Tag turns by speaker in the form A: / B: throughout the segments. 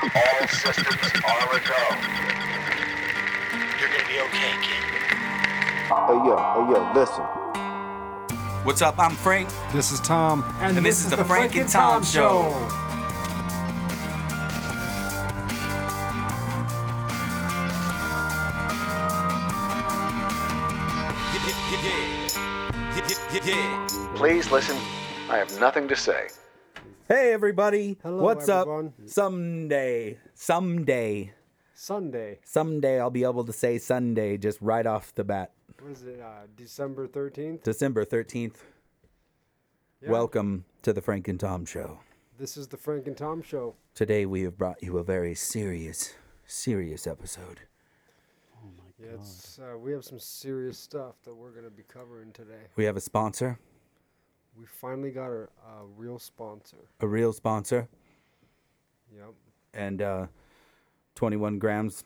A: All systems are a go. You're gonna be okay, kid.
B: Hey yo, hey yo, listen.
C: What's up? I'm Frank.
D: This is Tom.
C: And this is the Frank and Tom Show.
A: Please listen. I have nothing to say.
C: Hey, everybody.
D: Hello,
C: What's
D: everyone.
C: up? Someday, someday,
D: Sunday.
C: someday I'll be able to say Sunday just right off the bat.
D: What is it? Uh, December 13th.
C: December 13th.
D: Yeah.
C: Welcome to the Frank and Tom Show.
D: This is the Frank and Tom Show.
C: Today we have brought you a very serious, serious episode.
D: Yeah, it's, uh, we have some serious stuff that we're going to be covering today.
C: We have a sponsor,
D: We finally got a, a real sponsor.
C: a real sponsor,
D: Yep.
C: and uh, 21 grams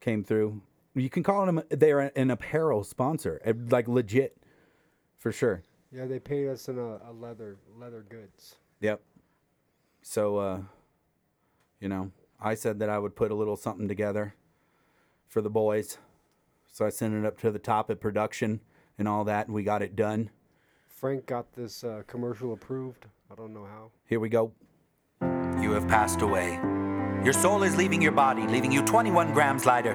C: came through. You can call them, they're an apparel sponsor, eh, like legit, for sure.
D: Yeah, they paid us in a, a leather leather goods.
C: Yep. So, uh, you know, I said that I would put a little something together for the boys. So I sent it up to the top at production and all that, and we got it done.
D: Frank got this uh, commercial approved. I don't know how.
C: Here we go. You have passed away. Your soul is leaving your body, leaving you 21 grams lighter.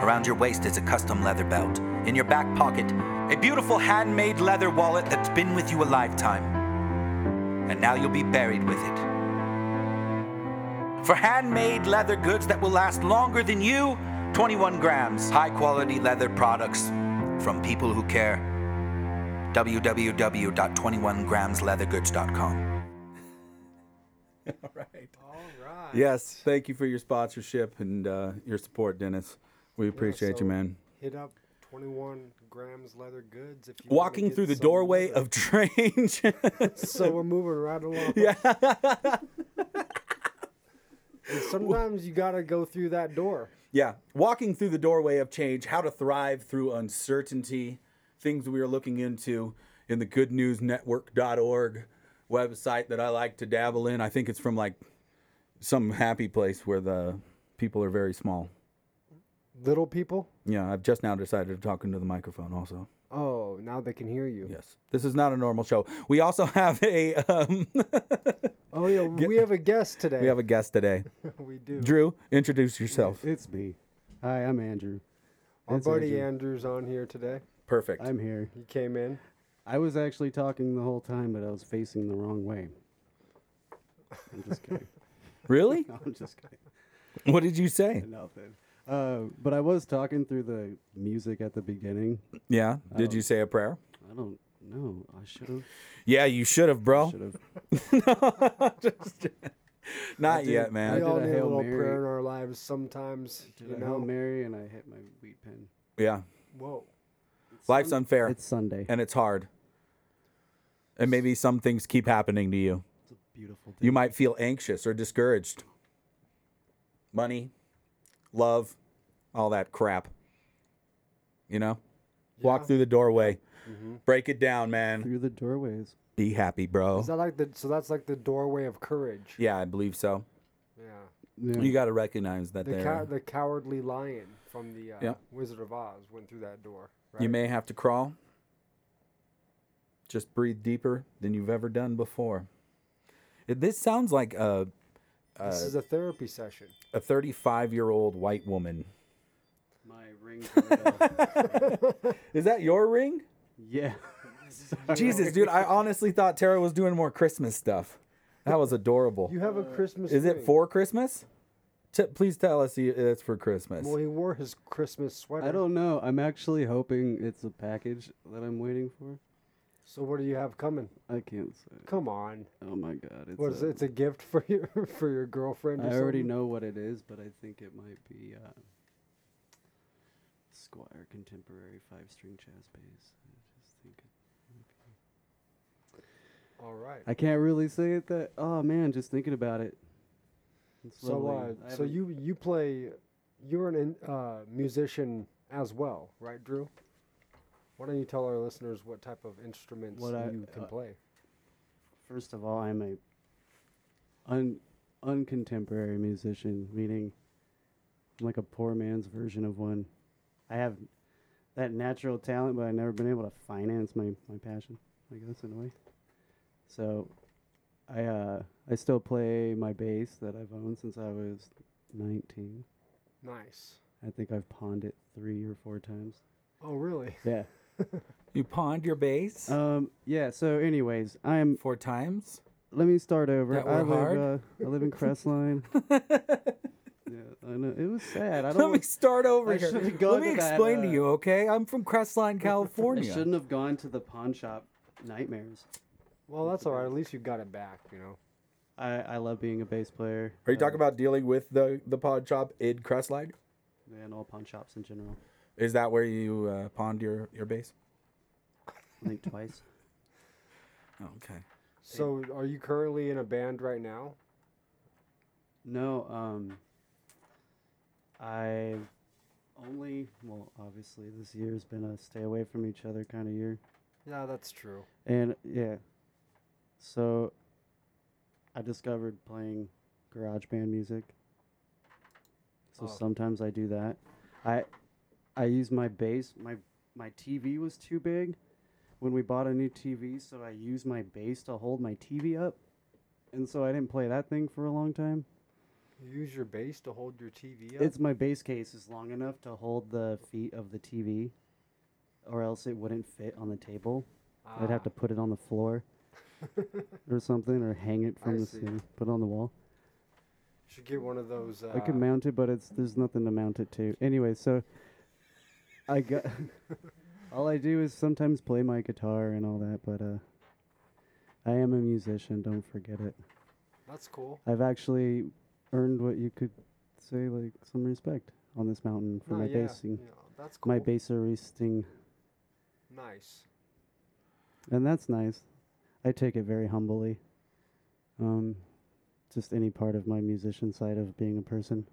C: Around your waist is a custom leather belt. In your back pocket, a beautiful handmade leather wallet that's been with you a lifetime. And now you'll be buried with it. For handmade leather goods that will last longer than you, 21 grams. High quality leather products from people who care. www.21gramsleathergoods.com.
D: All right.
C: Yes, thank you for your sponsorship and uh, your support, Dennis. We appreciate
D: so
C: you, man.
D: Hit up 21 grams leather goods if you wanna
C: Walking
D: get
C: through the
D: some
C: doorway
D: leather.
C: of Strange.
D: so we're moving right along.
C: yeah.
D: And sometimes you gotta go through that door.
C: yeah. Walking through the doorway of change, how to thrive through uncertainty, things we are looking into in the goodnewsnetwork.org website that I like to dabble in. I think it's from like some happy place where the people are very small.
D: Little people.
C: Yeah, I've just now decided to talk into the microphone also.
D: Oh, now they can hear you.
C: Yes. This is not a normal show. We also have a um,
D: Oh yeah, we have a guest today.
C: we have a guest today.
D: we do.
C: Drew, introduce yourself.
E: It's me. Hi, I'm Andrew.
D: Our
E: It's
D: buddy
E: Andrew.
D: Andrew's on here today.
C: Perfect.
E: I'm here.
D: He came in.
E: I was actually talking the whole time, but I was facing the wrong way. I'm just kidding.
C: Really?
E: I'm just kidding.
C: What did you say?
E: Nothing. Uh, but I was talking through the music at the beginning.
C: Yeah.
E: Oh.
C: Did you say a prayer?
E: I don't know. I should have.
C: Yeah, you should have, bro.
E: Should have.
C: Not yet,
D: we
C: man.
E: did
D: all
E: a
D: need a
E: Hail
D: little
E: Mary.
D: prayer in our lives sometimes.
E: Did
D: you
E: a
D: know.
E: Hail Mary and I hit my wheat pin.
C: Yeah.
D: Whoa.
C: Life's unfair
E: It's Sunday.
C: and it's hard. And maybe some things keep happening to you.
E: It's a beautiful day.
C: You might feel anxious or discouraged. Money, love, all that crap. You know? Walk
D: Yeah.
C: through the doorway. Break it down, man.
E: through the doorways.
C: Be happy, bro.
D: Is that like the? So that's like the doorway of courage.
C: yeah, I believe so.
D: Yeah.
E: Yeah.
C: You got to recognize that
D: The
C: there.
D: cow- the cowardly lion from the uh,
C: Yeah.
D: Wizard of Oz went through that door. Right?
C: You may have to crawl. Just breathe deeper than you've ever done before. It- This sounds like a uh,
D: this is a therapy session.
C: a 35 year old white woman.
E: My rings. are up.
C: Is that your ring?
E: yeah.
C: Jesus, dude, I honestly thought Tara was doing more Christmas stuff. That was adorable.
D: You have
E: Uh,
D: a Christmas.
C: Is it
D: ring.
C: for Christmas? T- please tell us you- it's for Christmas.
D: Well, he wore his Christmas sweater.
E: I don't know. I'm actually hoping it's a package that I'm waiting for.
D: So what do you have coming?
E: I can't say.
D: Come on.
E: Oh my god! It's
D: What is
E: a-
D: it? It's a gift for your for your girlfriend. Or
E: I already
D: something?
E: know what it is, but I think it might be uh, Squire Contemporary Five String Jazz Bass. I just think it-
D: All right.
E: I can't really say it. That oh man, just thinking about it. It's
D: So
E: lovely.
D: uh,
E: I
D: so
E: haven't-
D: you you play, you're an in, uh, musician as well, right, Drew? Why don't you tell our listeners what type of
E: uh,
D: instruments
E: What I-
D: you can
E: uh,
D: play?
E: First of all, I'm a un, uncontemporary musician, meaning I'm like a poor man's version of one. I have that natural talent, but I've never been able to finance my, my passion, I guess, in a way. So I uh, I still play my bass that I've owned since I was 19.
D: Nice.
E: I think I've pawned it three or four times.
D: Oh, really?
E: Yeah.
F: You pawned your base
E: Um. Yeah. So, anyways, I'm.
F: four times.
E: Let me start over.
F: That
E: I
F: were hard?
E: live. Uh, I live in Crestline. yeah, I know. It was sad. I don't.
F: Let me
E: want-
F: start over
E: I
F: here.
E: should've
F: Let
E: gone
F: me
E: to that,
F: explain to
E: uh,
F: you, okay? I'm from Crestline,
E: I
F: California.
E: shouldn't have gone to the pawn shop nightmares.
D: Well, that's all right. At least you got it back, you know.
E: I, I love being a bass player.
C: Are you talking about dealing with the the pod shop in Crestline?
E: And all pawn shops in general.
C: Is that where you uh, pawned your your base?
E: I think twice.
F: okay.
D: So, are you currently in a band right now?
E: No. Um. I only. Well, obviously, this year's been a stay away from each other kind of year.
D: Yeah, that's true.
E: And yeah, so I discovered playing garage band music. So
D: Oh.
E: sometimes I do that. I I use my bass. My my TV was too big when we bought a new TV, so I used my bass to hold my TV up. And so I didn't play that thing for a long time.
D: You use your bass to hold your TV up.
E: It's my bass case is long enough to hold the feet of the TV, or else it wouldn't fit on the table. I'd
D: Ah.
E: have to put it on the floor or something, or hang it
D: I
E: from the
D: see.
E: ceiling, put it on the wall.
D: should get one of those. Uh,
E: I could mount it, but it's there's nothing to mount it to. Anyway, so I got all I do is sometimes play my guitar and all that, but uh, I am a musician. Don't forget it.
D: That's cool.
E: I've actually earned what you could say like some respect on this mountain for
D: No,
E: my
D: yeah,
E: basing,
D: yeah, that's cool.
E: my basseristing,
D: Nice.
E: and that's nice. I take it very humbly. Um, just any part of my musician side of being a person,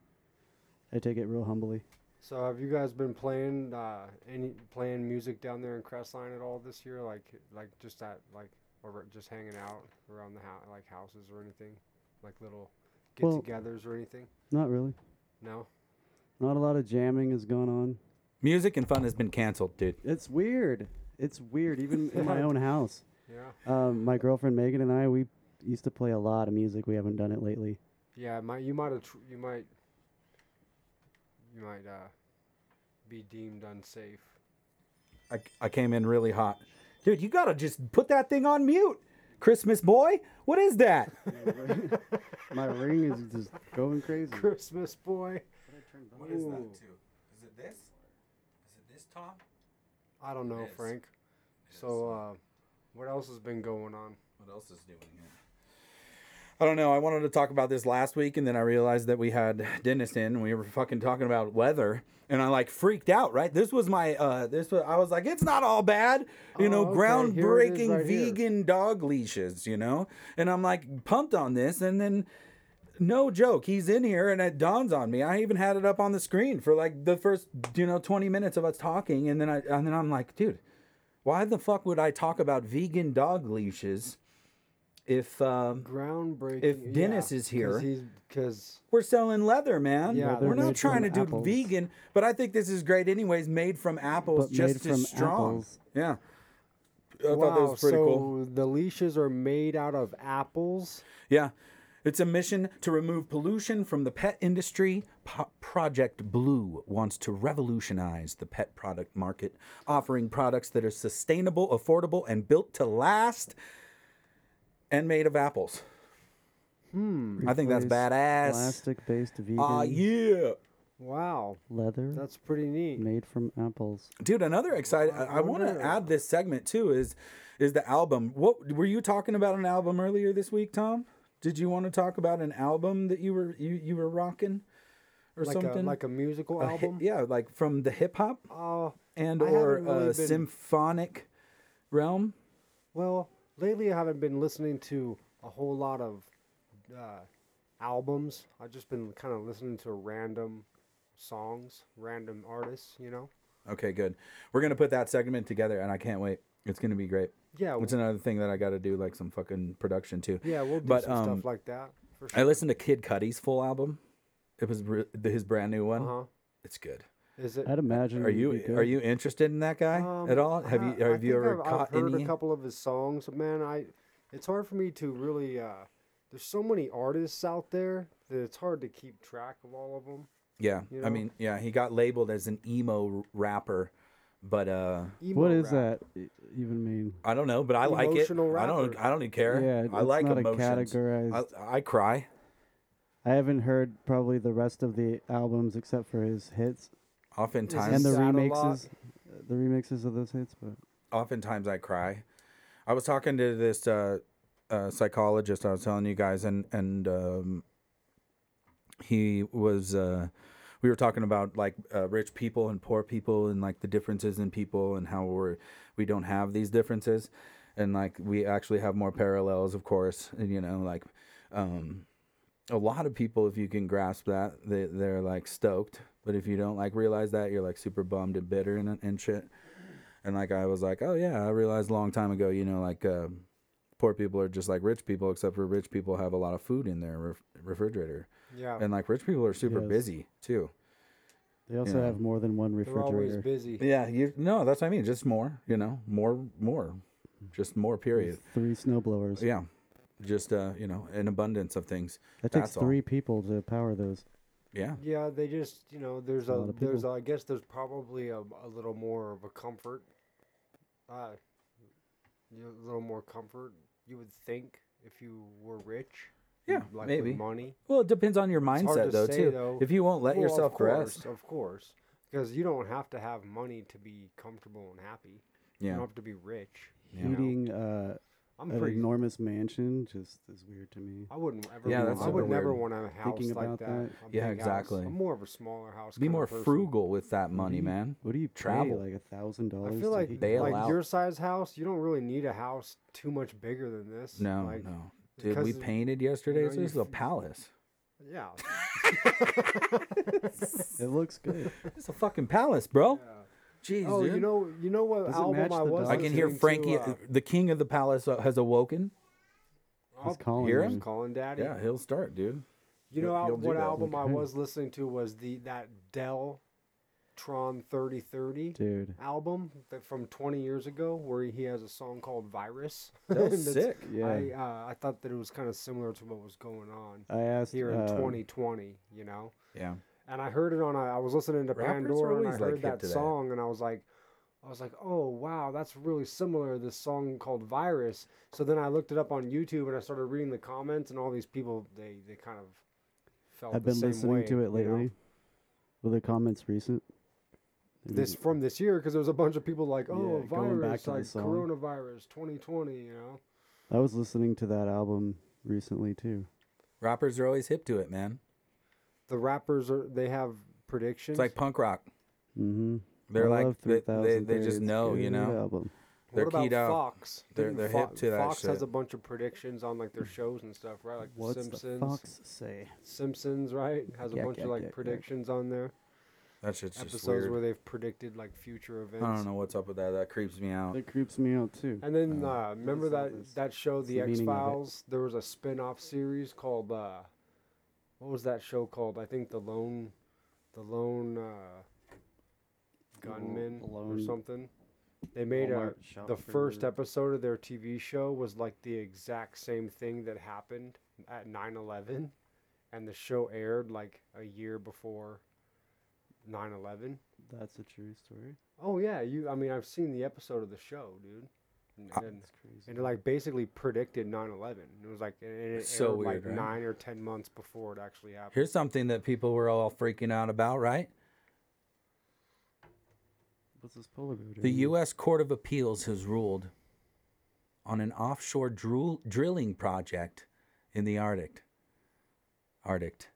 E: I take it real humbly.
D: So, have you guys been playing uh, any playing music down there in Crestline at all this year? Like, like just that, like, or just hanging out around the house, like houses or anything, like little
E: Well-
D: get-togethers or anything?
E: Not really.
D: No.
E: Not a lot of jamming has gone on.
F: Music and fun has been canceled, dude.
E: It's weird. It's weird, even in my own house.
D: Yeah.
E: Um, my girlfriend Megan and I, we used to play a lot of music. We haven't done it lately.
D: Yeah. Might you might have tr- you might you might uh, be deemed unsafe.
C: I, I came in really hot.
F: Dude, you gotta just put that thing on mute. Christmas boy, what is that?
E: My ring is just going crazy.
D: Christmas boy.
G: What is that too? Is it this? Is it this, Tom?
D: I don't know,
G: It is.
D: Frank. So, uh, what else has been going on?
G: What else is doing here?
C: I don't know. I wanted to talk about this last week, and then I realized that we had Dennis in, and we were fucking talking about weather, and I like freaked out. Right? This was my. uh This was. I was like, it's not all bad. You know,
D: Oh, okay. Here it is
C: groundbreaking
D: right here.
C: vegan dog leashes. You know, and I'm like pumped on this, and then. No joke, he's in here and it dawns on me. I even had it up on the screen for like the first, you know, 20 minutes of us talking and then I and then I'm like, dude, why the fuck would I talk about vegan dog leashes if um
D: Groundbreaking.
C: If Dennis is here-
D: because
C: we're selling leather, man.
D: Yeah,
E: they're
C: we're not
E: made
C: trying to
E: from
C: do
E: apples.
C: vegan, but I think this is great, anyways. Made from apples,
E: But
C: just
E: made
C: as
E: from
C: strong.
E: apples.
C: Yeah, I
D: wow,
C: thought that was pretty
D: so
C: cool.
D: the leashes are made out of apples.
C: Yeah, it's a mission to remove pollution from the pet industry. Po- Project Blue wants to revolutionize the pet product market, offering products that are sustainable, affordable, and built to last, and made of apples. Hmm. I think that's badass.
E: Plastic-based vegan
C: Aw, yeah.
D: Wow,
E: leather
D: that's pretty neat.
E: made from apples.
C: dude another exciting i, want to add this segment too is is the album what were you talking about an album earlier this week tom did you want to talk about an album that you were you, you were rocking or
D: Like a,
C: something
D: like a musical
C: hi-
D: album.
C: yeah like from the hip-hop
D: Oh,
C: and
D: I haven't
C: or
D: really
C: uh,
D: been-
C: symphonic realm
D: Well, lately I haven't been listening to a whole lot of uh, albums. I've just been kind of listening to random songs, random artists, you know?
C: okay good we're gonna put that segment together and i can't wait it's gonna be great
D: Yeah,
C: it's another thing that i gotta do like some fucking production too
D: Yeah, we'll do
C: but
D: some
C: um
D: stuff like that. For
C: I listened to Kid Cudi's full album. It was re- his brand new one.
D: Uh-huh.
C: It's good.
D: Is it?
E: I'd imagine.
C: Are
E: it'd
C: you
E: be good.
C: are you interested in that guy
D: Um,
C: at all? Have
D: I-
C: you
D: I
C: have you
D: think
C: ever
D: I've,
C: caught
D: I've heard
C: any?
D: a couple of his songs, but man, I it's hard for me to really. Uh, there's so many artists out there that it's hard to keep track of all of them.
C: yeah,
D: you
C: I
D: know?
C: mean, yeah, he got labeled as an emo r- rapper, but uh,
E: What is that e- even mean?
C: I don't know. But I like it.
D: Emotional
C: I don't.
D: rapper.
C: I don't even care.
E: Yeah, it-
C: I
E: it's
C: like
E: not a
C: emotions.
E: categorized-
C: I, I cry.
E: I haven't heard probably the rest of the albums except for his hits
C: Oftentimes,
E: and the
D: Sad a
E: remixes,
D: lot.
E: the remixes of those hits. But
C: oftentimes I cry. I was talking to this uh, uh, psychologist I was telling you guys, and and um, he was. Uh, we were talking about like uh, rich people and poor people, and like the differences in people, and how we're we don't have these differences, and like we actually have more parallels, of course. And you know, like um, a lot of people, if you can grasp that, they they're like stoked. But if you don't like realize that, you're like super bummed and bitter and and shit. And like I was like, oh yeah, I realized a long time ago, you know, like uh, poor people are just like rich people, except for rich people have a lot of food in their ref- refrigerator,
D: Yeah,
C: and like rich people are super
E: Yes.
C: busy too.
E: they also
C: Yeah.
E: have more than one
D: they're always
E: refrigerator.
D: busy.
C: Yeah, you no, that's what I mean. Just more, you know, more, more, just more. Period.
E: Three snowblowers.
C: Yeah, just uh, you know, an abundance of things.
E: that takes
C: That's all.
E: three people to power those.
C: Yeah,
D: Yeah, they just you know there's
E: lot
D: a
E: of
D: there's a,
E: people.
D: I guess there's probably a, a little more of a comfort, uh, you know, a little more comfort you would think if you were rich.
C: Yeah,
D: like
C: maybe.
D: with money.
C: Well, it depends on your
D: It's hard
C: mindset
D: to
C: though
D: say,
C: too.
D: though.
C: If you won't let
D: Well,
C: yourself
D: of course,
C: rest,
D: Of course, because you don't have to have money to be comfortable and happy. You
C: yeah,
D: don't have to be rich. you know?
E: Heating uh,
D: I'm
E: an
D: pretty.
E: enormous mansion just is weird to me.
D: I wouldn't ever.
C: Yeah,
D: Yeah,
C: that's
D: I would
C: super
D: never
C: weird.
D: want a house
E: Thinking
D: like
E: about
D: that.
E: that.
D: a
C: Yeah,
D: big house.
C: exactly.
D: I'm more of a smaller house.
C: be
D: kinda Mm-hmm.
C: more
D: person.
C: frugal with that money,
E: you-
C: man.
E: What do you
C: Travel.
E: travel like a thousand
D: I
E: dollars?
D: feel
E: to
D: like
E: eat?
C: bail
D: like
C: out.
D: your size house, you don't really need a house too much bigger than this.
C: No,
D: like,
C: no. Dude, we
D: because,
C: painted yesterday.
D: know,
C: so
D: you
C: this is a
D: f-
C: palace.
D: Yeah,
E: It looks good.
C: It's a fucking palace, bro. Jeez,
D: Oh,
C: dude.
D: you know, you know what
E: Does it
D: album
E: match
D: I
E: the
D: was.
E: dog?
C: I can hear
D: listening to,
C: Frankie,
D: uh,
C: the king of the palace, uh, has awoken.
E: He's
D: oh,
E: calling
C: hear
E: you.
C: him?
D: calling daddy.
C: Yeah, he'll start, dude.
D: You know
C: You'll-
D: al-
C: you'll do
D: what
C: that.
D: album I
E: Okay.
D: was listening to was the that Dell Tron 3030
E: dude.
D: album that from 20 years ago where he has a song called Virus.
C: That's
D: That's-
C: sick.
E: Yeah,
D: I uh, I thought that it was kind of similar to what was going on
E: I asked
D: here in
E: uh,
C: um,
D: 2020, you know.
C: Yeah.
D: And I heard it on a, I was listening to
C: Rappers are
D: Pandora and I
C: always, like,
D: heard
C: hip
D: that
C: to that.
D: song and I was like I was like, "Oh, wow, that's really similar to this song called Virus." So then I looked it up on YouTube and I started reading the comments and all these people they they kind of felt
E: I've
D: the
E: been
D: same
E: listening
D: way,
E: to it
D: you know?
E: lately. Were the comments recent? They've
D: this
E: been-
D: from this year because there was a bunch of people like, oh,
E: Yeah, going back
D: virus,
E: to the
D: like
E: song.
D: coronavirus 2020, you know?
E: I was listening to that album recently too.
C: Rappers are always hip to it, man.
D: The rappers are, they have predictions.
C: It's like punk rock.
E: Mm-hmm.
C: They're
E: I
C: like-
E: love
C: they- they-
E: 3000
C: they just
E: Theory. It's a
C: know, you
E: good
C: know?
E: Album.
C: they're
D: what about
C: keyed up.
D: Fox?
C: They're-
D: Didn't
C: they're
D: Fo-
C: hip to that
D: Fox has
C: shit.
D: a bunch of predictions on like their shows and stuff, right? Like
E: What's
D: the
E: the
D: Simpsons.
E: Fox say?
D: Simpsons, right? Has a
E: Yak,
D: bunch
E: yak,
D: of like
E: yak, yak.
D: predictions on there.
C: That shit's just
D: Episodes
C: weird.
D: where they've predicted like future events.
C: I don't know what's up with that. That creeps me out.
E: That creeps me out too.
D: And then uh, remember
E: Oh, is all
D: that
E: this?
D: that show,
E: What's
D: The
E: the meaning
D: X
E: of it?
D: Files. There was a spin-off series called uh, what was that show called? I think the Lone, the Lone uh, Gunman
E: The Lone
D: or something. They made a
E: Walmart shop
D: the first
E: for-
D: episode of their TV show was like the exact same thing that happened at 9/11, and the show aired like a year before 9/11.
E: That's a true story.
D: Oh yeah, you. I mean, I've seen the episode of the show, dude. And, and-
E: That's crazy.
D: and it like basically predicted 9/11. It was like and it
C: It's so
D: aired,
C: weird,
D: like
C: right?
D: nine or ten months before it actually happened.
C: Here's something that people were all freaking out about, right?
E: What's this polar bear?
C: The U.S. Court of Appeals has ruled on an offshore drool- drilling project in the Arctic. Arctic.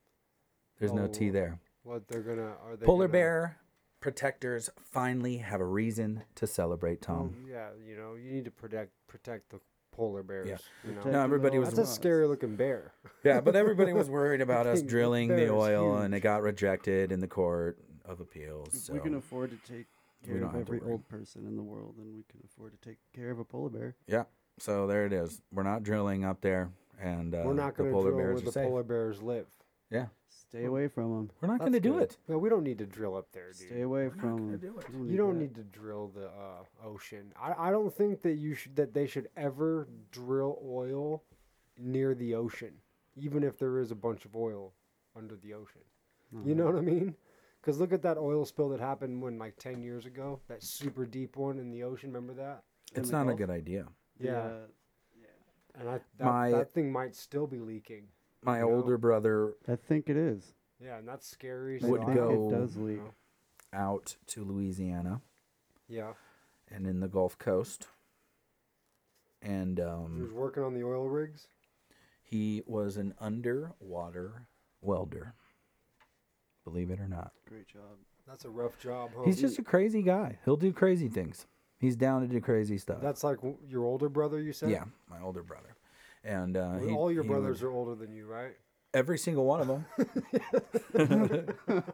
C: There's no T
D: Oh.
C: there.
D: what they're gonna are they
C: Polar
D: gonna-
C: bear protectors finally have a reason to celebrate,
D: Well,
C: Tom.
D: Mm, yeah, you know, you need to protect protect the polar bears. You know?
E: Protect
C: No, everybody
E: the
C: was
D: That's a
E: rocks.
D: scary looking bear.
C: Yeah, but everybody was worried about us
D: Thing, the
C: drilling
D: bear
C: the
D: is
C: oil, and it
D: huge.
C: got rejected in the Court of Appeals. So.
E: If we can afford to take
C: We
E: care
C: don't
E: of
C: have to
E: every
C: worry.
E: old person in the world, then we can afford to take care of a polar bear.
C: yeah, so there it is. We're not drilling up there and uh,
D: We're not
C: the
D: going to
C: polar
D: drill
C: bears
D: where
C: are
D: the
C: safe.
D: polar bears live.
C: yeah,
E: Stay away from them.
C: we're not going to do
D: good.
C: it.
D: No, we don't need to drill up there, dude.
E: Stay away from them.
D: You don't need to drill the uh, ocean. I, I don't think that you should that they should ever drill oil near the ocean, even if there is a bunch of oil under the ocean. You
C: Uh-huh.
D: know what I mean? Because look at that oil spill that happened when like ten years ago. That super deep one in the ocean. Remember that?
C: It's not a good idea.
D: Yeah. And I that,
C: My-
D: that thing might still be leaking.
C: My
D: No.
C: older brother
E: I think it is.
D: Yeah, and that's scary.
E: I
C: Would
E: think
C: go-
E: It does leak.
D: Oh,
C: out to Louisiana
D: Yeah,
C: and in the Gulf Coast, and
D: he was
C: um,
D: working on the oil rigs.
C: he was an underwater welder. Believe it or not,
E: Great job.
D: That's a rough job, huh?
C: he's just a crazy guy. He'll do crazy things. He's down to do crazy stuff.
D: That's like w- your older brother, you said?
C: yeah, my older brother, and uh,
D: Well,
C: he-
D: All your
C: he
D: brothers
C: would-
D: are older than you, right?
C: every single one of them.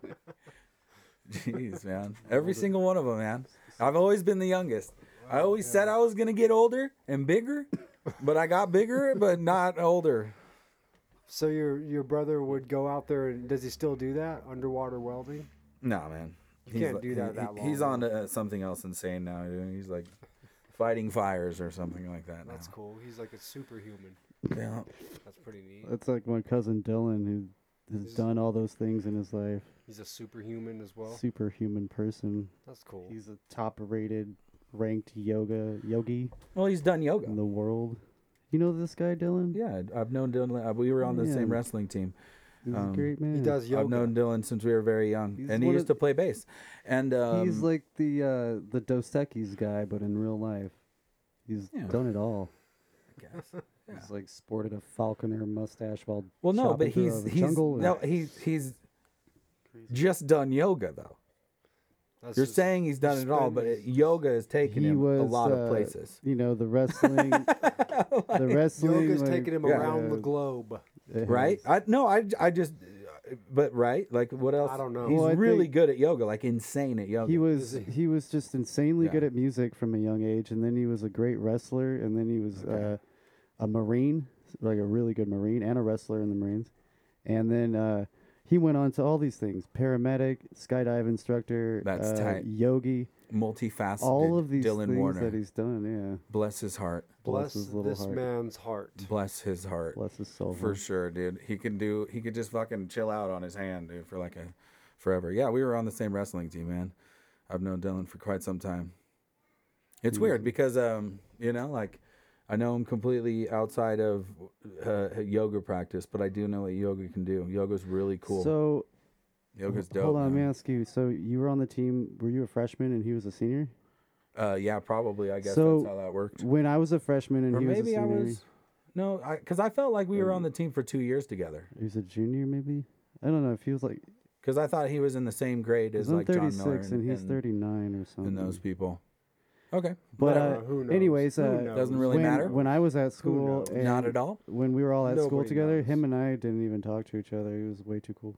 C: Jeez, man. Every single one of them, man. I've always been the youngest. I always said I was going to get older and bigger, but I got bigger, but not older.
D: So your your brother would go out there and does he still do that underwater welding?
C: No, man. You
D: can't do that that
C: He's
D: long,
C: on to uh, something else insane now. dude. He's like fighting fires or something like that.
D: That's cool. He's like a superhuman.
C: cool. Yeah.
D: That's pretty neat.
E: That's like my cousin Dylan, who has done all those things in his life.
D: He's a superhuman as well.
E: Superhuman person.
D: That's cool.
E: He's a top-rated, ranked yoga yogi
C: Well, he's done yoga.
E: in the world. You know this guy, Dylan?
C: Yeah, I've known Dylan. uh, We were on the same
E: Yeah.
C: wrestling team.
E: he's
C: Um,
E: a great man.
D: He does yoga.
C: I've known Dylan since we were very young,
E: He's
C: and he
E: one
C: used
E: of-
C: to play bass. And um,
E: he's like the uh, the Dos Equis guy, but in real life, he's
C: Yeah.
E: done it all.
C: guess.
E: He's like sported a falconer mustache while
C: Well, no,
E: chopping
C: but
E: through
C: he's
E: a
C: he's
E: jungle and-
C: no, he's he's just done yoga though.
D: That's
C: You're
D: just-
C: saying he's done it all, but it, yoga has taken
E: he
C: him
E: was
C: a lot
E: uh,
C: of places.
E: You know the wrestling, the wrestling.
D: yoga's
E: like,
D: taking him
C: Yeah.
D: around the
E: uh,
D: globe.
E: it
C: Right?
E: has-
C: I no, I I just, but right, like what else?
D: I don't know.
C: He's
E: Well, I
C: really
E: think-
C: good at yoga, like insane at yoga.
E: He was he was just insanely
C: Yeah.
E: good at music from a young age, and then he was a great wrestler, and then he was uh, a marine, like a really good marine and a wrestler in the Marines, and then uh, he went on to all these things: paramedic, skydive instructor,
C: That's
E: uh,
C: tight.
E: yogi,
C: multifaceted.
E: all of these
C: Dylan
E: things
C: Warner,
E: that he's done.
C: bless his heart,
D: Bless
E: bless his little
D: this
E: heart.
D: man's heart.
C: bless his heart,
E: Yeah, bless his soul.
C: for
E: man.
C: sure, dude. He can do. He could just fucking chill out on his hand, dude, for like a forever. Yeah, we were on the same wrestling team, man. I've known Dylan for quite some time. It's weird because um, you know, like I know him completely outside of uh, yoga practice, but I do know what yoga can do. Yoga's really cool.
E: So
C: Yoga's dope.
E: hold on, let me
C: man.
E: ask you. So you were on the team. Were you a freshman and he was a senior?
C: Uh, yeah, probably. I guess
E: So-
C: that's how that worked.
E: When I was a freshman and
C: Or
E: he was a
C: maybe
E: senior,
C: I was. No, because I, felt like we were on the team for two years together.
E: he was a junior. Maybe I don't know. It feels like
C: Because I thought he was in the same grade as
E: Because I'm
C: like John
E: 36
C: Miller
E: and, he's 39 or something.
C: and those people. Okay,
E: But
C: whatever.
E: uh,
D: Who knows?
E: anyways,
D: Who
E: uh,
D: knows?
C: Doesn't really
E: when,
C: matter.
E: When I was at school, and
C: Not at all.
E: When we were all at school
D: Nobody
E: together,
D: knows.
E: him and I didn't even talk to each other. He was way too cool.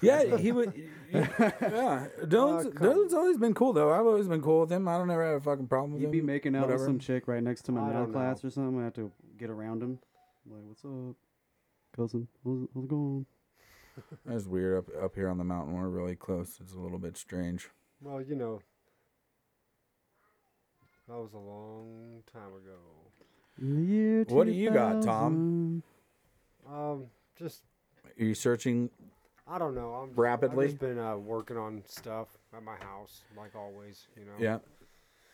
C: Yeah, he would. Yeah, Dylan's,
E: Oh,
D: Uh, come.
C: Dylan's always been cool though. I've always been cool with him. I don't ever have a fucking problem with
E: He'd
C: him.
E: be making out
C: whatever.
E: with some chick right next to my
D: I
E: math
D: don't
E: class or something. I had to get around him. I'm like, what's up, cousin? How's, how's it going?
C: That's weird up up here on the mountain. We're really close. It's a little bit strange.
D: Well, you know, that was a long time ago.
E: In the year
C: What do you got, Tom?
D: Um, just
C: Are you searching?
D: I don't know. I'm just,
C: Rapidly?
D: I've just been uh, working on stuff at my house, like always. You know.
C: Yeah.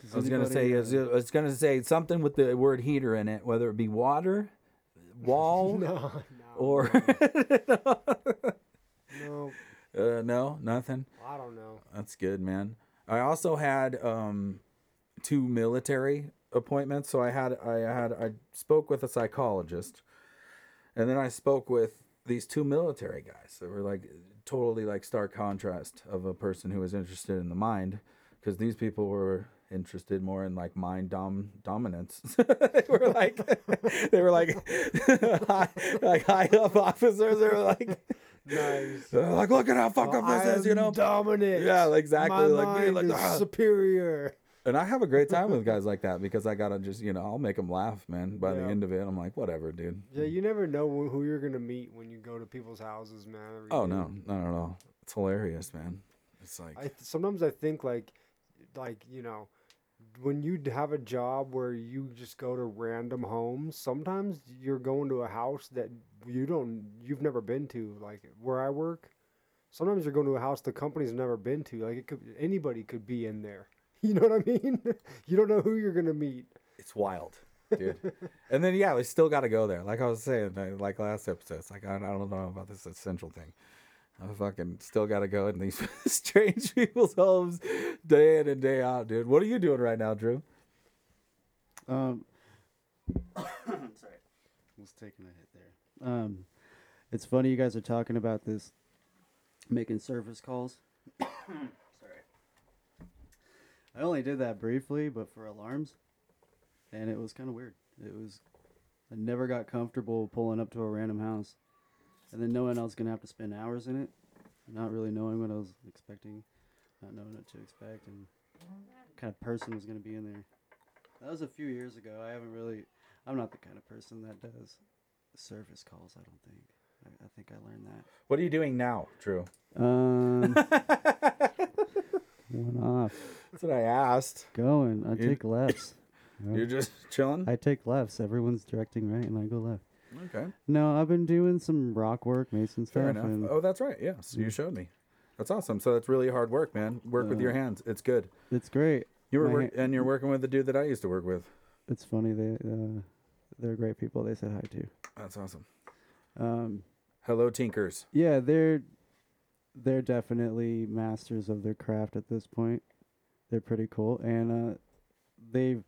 E: 2000.
C: I was gonna say I
E: Does
C: was,
E: anybody, uh,
C: I was gonna say something with the word heater in it, whether it be water, wall,
D: No,
C: or
D: no,
C: uh, no, nothing.
D: I don't know.
C: That's good, man. I also had um, two military appointments. So I had I had I spoke with a psychologist, and then I spoke with these two military guys that were like totally like stark contrast of a person who was interested in the mind, because these people were interested more in like mind dom dominance. they were like they were like high, like high up officers. They were like
D: Nice.
C: they're like look at how fucked up this is, you know.
D: dominant.
C: Yeah, exactly,
D: My
C: like, me,
D: mind
C: like,
D: is
C: ah.
D: superior.
C: And I have a great time with guys like that because I gotta just, you know, I'll make them laugh, man. By the
D: Yeah.
C: end of it, I'm like, whatever, dude.
D: Yeah, you never know wh- who you're gonna meet when you go to people's houses, man. every
C: Oh
D: day.
C: no, not at all. It's hilarious, man. It's like
D: I th- sometimes I think like, like you know, when you d- have a job where you just go to random homes, sometimes you're going to a house that you don't, you've never been to. Like where I work, sometimes you're going to a house the company's never been to. Like it could anybody could be in there. You know what I mean? you don't know who you're gonna meet.
C: it's wild, dude. and then yeah, we still got to go there. Like I was saying, I- like last episode, it's like I, I don't know about this essential thing. I fucking still got to go in these strange people's homes day in and day out, dude. What are you doing right now, Drew?
E: Um, sorry, was taking a hit there. Um, it's funny you guys are talking about this making service calls. sorry, I only did that briefly, but for alarms, and it was kind of weird. It was, I never got comfortable pulling up to a random house, and then knowing I was gonna have to spend hours in it, not really knowing what I was expecting, not knowing what to expect, and what kind of person was gonna be in there. That was a few years ago. I haven't really. I'm not the kind of person that does service calls. I don't think. I, I think I learned that.
C: What are you doing now, Drew?
E: Um, one off,
C: That's what I asked.
E: going. I take lefts. Yeah.
C: You're just chilling.
E: I take lefts. Everyone's directing right, and I go left.
C: Okay,
E: No, I've been doing some rock work, mason
C: fair enough.
E: stuff, and
C: Oh, that's right. Yeah,
E: Mm.
C: so you showed me. That's awesome. So that's really hard work, man. Work with your hands. It's good.
E: it's great.
C: You were
E: My
C: work-
E: ha-
C: and you're working with the dude that I used to work with.
E: it's funny. They uh, they're great people. They said hi to.
C: That's awesome.
E: Um,
C: Hello, Tinkers.
E: yeah they're they're definitely masters of their craft at this point they're pretty cool and uh, they've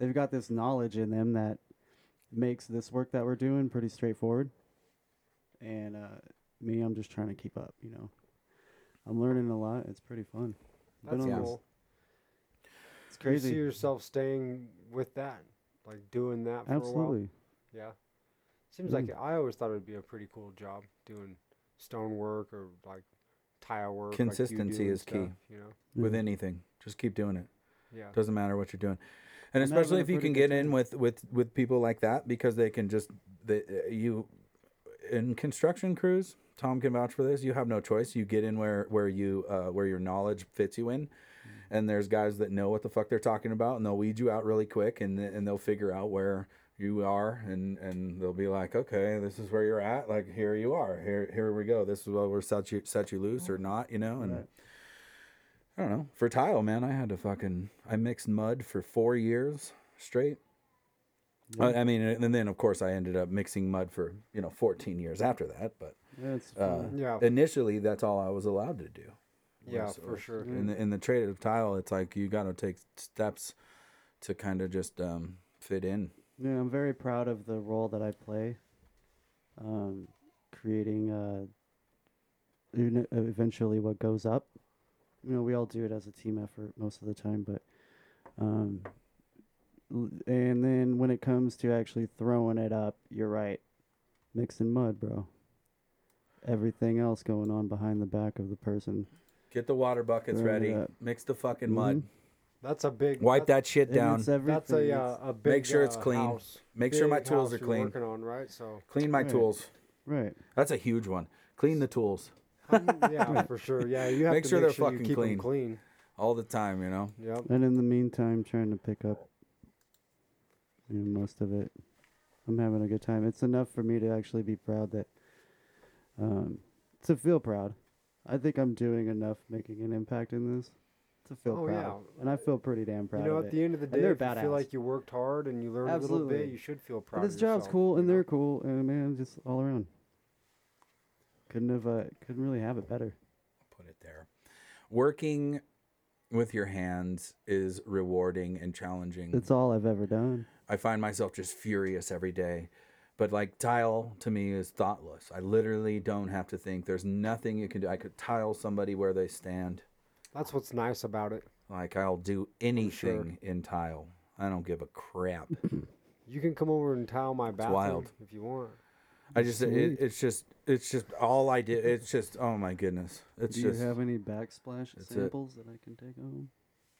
E: they've got this knowledge in them that makes this work that we're doing pretty straightforward and uh, me i'm just trying to keep up you know i'm learning a lot it's pretty fun Been
D: That's
E: on this-
D: cool.
E: it's
D: You
E: crazy
D: see yourself staying with that, like doing that for a while.
E: absolutely
D: Yeah. Seems like
C: Mm.
D: I always thought it would be a pretty cool job doing stonework or like tile work. like you do
C: Consistency
D: and
C: is key.
D: stuff, you know?
C: With anything, just keep doing it.
D: Yeah.
C: Doesn't matter what you're doing, and
E: And that was
C: especially
E: a
C: if you
E: pretty
C: can
E: good
C: get in with with with people like that because they can just they, uh, you in construction crews. Tom can vouch for this. You have no choice. You get in where where you uh, where your knowledge fits you in.
E: Mm-hmm.
C: And there's guys that know what the fuck they're talking about, and they'll weed you out really quick, and th- and they'll figure out where you are, and and they'll be like, okay, this is where you're at. Like here you are. Here here we go. This is where we're set you set you loose or not, you know. And I don't know. For tile, man, I had to fucking I mixed mud for four years straight. I, I mean, and then of course I ended up mixing mud for you know 14 years after that. But
E: yeah, it's
C: uh,
E: fun.
D: Mm-hmm. Yeah.
C: initially, that's all I was allowed to do.
D: Yeah,
C: was- uh,
D: for sure.
C: In the in the trade of tile, it's like you got to take steps to kind of just um, fit in.
E: Yeah, I'm very proud of the role that I play. Um, creating uh, you know, eventually what goes up. You know, we all do it as a team effort most of the time, but um, l- and then when it comes to actually throwing it up, you're right, mixing mud, bro. Everything else going on behind the back of the person.
C: Get the water buckets
E: Right
C: ready.
E: up.
C: Mix the fucking mud.
D: That's a big.
C: Wipe
D: Mm-hmm. that's,
C: that shit
E: And
C: down.
E: It's everything.
D: That's a,
E: it's-
D: uh, a big.
C: sure it's
D: uh,
C: clean.
D: house.
C: Make sure my
D: Big
C: tools
D: house
C: are
D: you're
C: clean.
D: Working on right, so
C: Clean my tools.
E: right.
C: That's a huge one. Clean the tools
D: um, yeah, for sure. Yeah, you have
C: Make
D: to
C: sure
D: make
C: they're
D: sure
C: fucking
D: you keep
C: clean.
D: them clean.
C: all the time. You know.
D: Yep.
E: And in the meantime, trying to pick up you know, most of it. I'm having a good time. It's enough for me to actually be proud that, um, to feel proud. I think I'm doing enough, making an impact in this to feel
D: Oh,
E: proud. And I feel pretty damn proud.
D: You know,
E: of
D: at
E: it.
D: the end of the
E: And
D: day,
E: they're
D: if you feel
E: badass.
D: like you worked hard and you learned a little
E: Absolutely.
D: bit, you should feel proud.
E: But
D: of
E: this job's
D: yourself,
E: cool,
D: you
E: and
D: know?
E: they're cool, and uh, man, just all around. Couldn't have, uh, couldn't really have it better.
C: put it there. Working with your hands is rewarding and challenging.
E: It's all I've ever done.
C: I find myself just furious every day. But like tile to me is thoughtless. I literally don't have to think. There's nothing you can do. I could tile somebody where they stand.
D: That's what's nice about it.
C: Like I'll do anything in tile. I don't give a crap.
D: You can come over and tile my bathroom
C: wild.
D: if you want.
C: I just it, it's just it's just all I did. It's just oh my goodness. It's
E: Do you
C: just
E: have any backsplash
C: it.
E: samples that I can take home?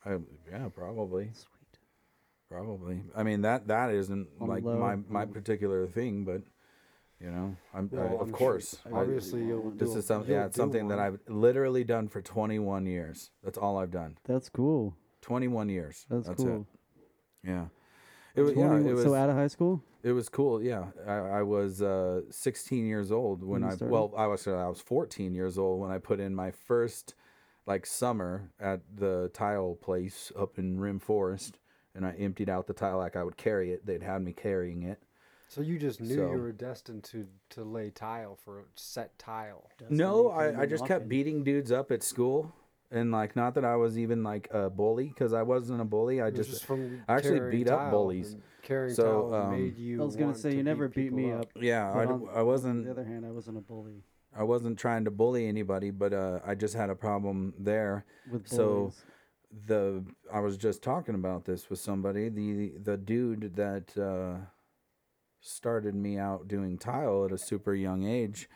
C: I, yeah, probably,
E: Sweet.
C: probably. I mean that that isn't
E: On
C: like
E: low,
C: my my
E: on-
C: particular thing, but you know, I'm I,
D: Well, I'm
C: of
D: sure-
C: course. I-
D: Obviously, you'll.
C: this
D: you'll-
C: is some,
D: you'll
C: yeah, it's
D: do
C: something that
D: one.
C: I've literally done for 21 years. That's all I've done.
E: That's cool.
C: 21 years.
E: That's, cool.
C: it. Yeah. It was, yeah,
E: 21
C: it was
E: so out of high school?
C: it was cool. Yeah, I, I was uh, 16 years old when,
E: you
C: I
E: started?
C: well, I was I was 14 years old when I put in my first like summer at the tile place up in Rim Forest, and I emptied out the tile like I would carry it. They'd had me carrying it.
D: So you just knew
C: So-
D: you were destined to to lay tile for a set tile.
C: No, I, I just kept beating dudes up at school. And like, not that I was even like a bully, because I wasn't a bully. I
D: It was
C: just,
D: from
C: I actually
D: carrying
C: beat up
D: tile,
C: bullies.
D: and Carrying
C: So,
D: tile made
C: um,
D: you.
E: I was gonna
D: want
E: say
D: to
E: you never beat
D: people
E: me up.
C: Yeah, I,
E: But
C: d-
E: on
C: I
E: On the
C: wasn't.
E: other hand, I wasn't a bully
C: I wasn't trying to bully anybody, but uh, I just had a problem there.
E: with bullies.
C: So the I was just talking about this with somebody. The the dude that uh, started me out doing tile at a super young age.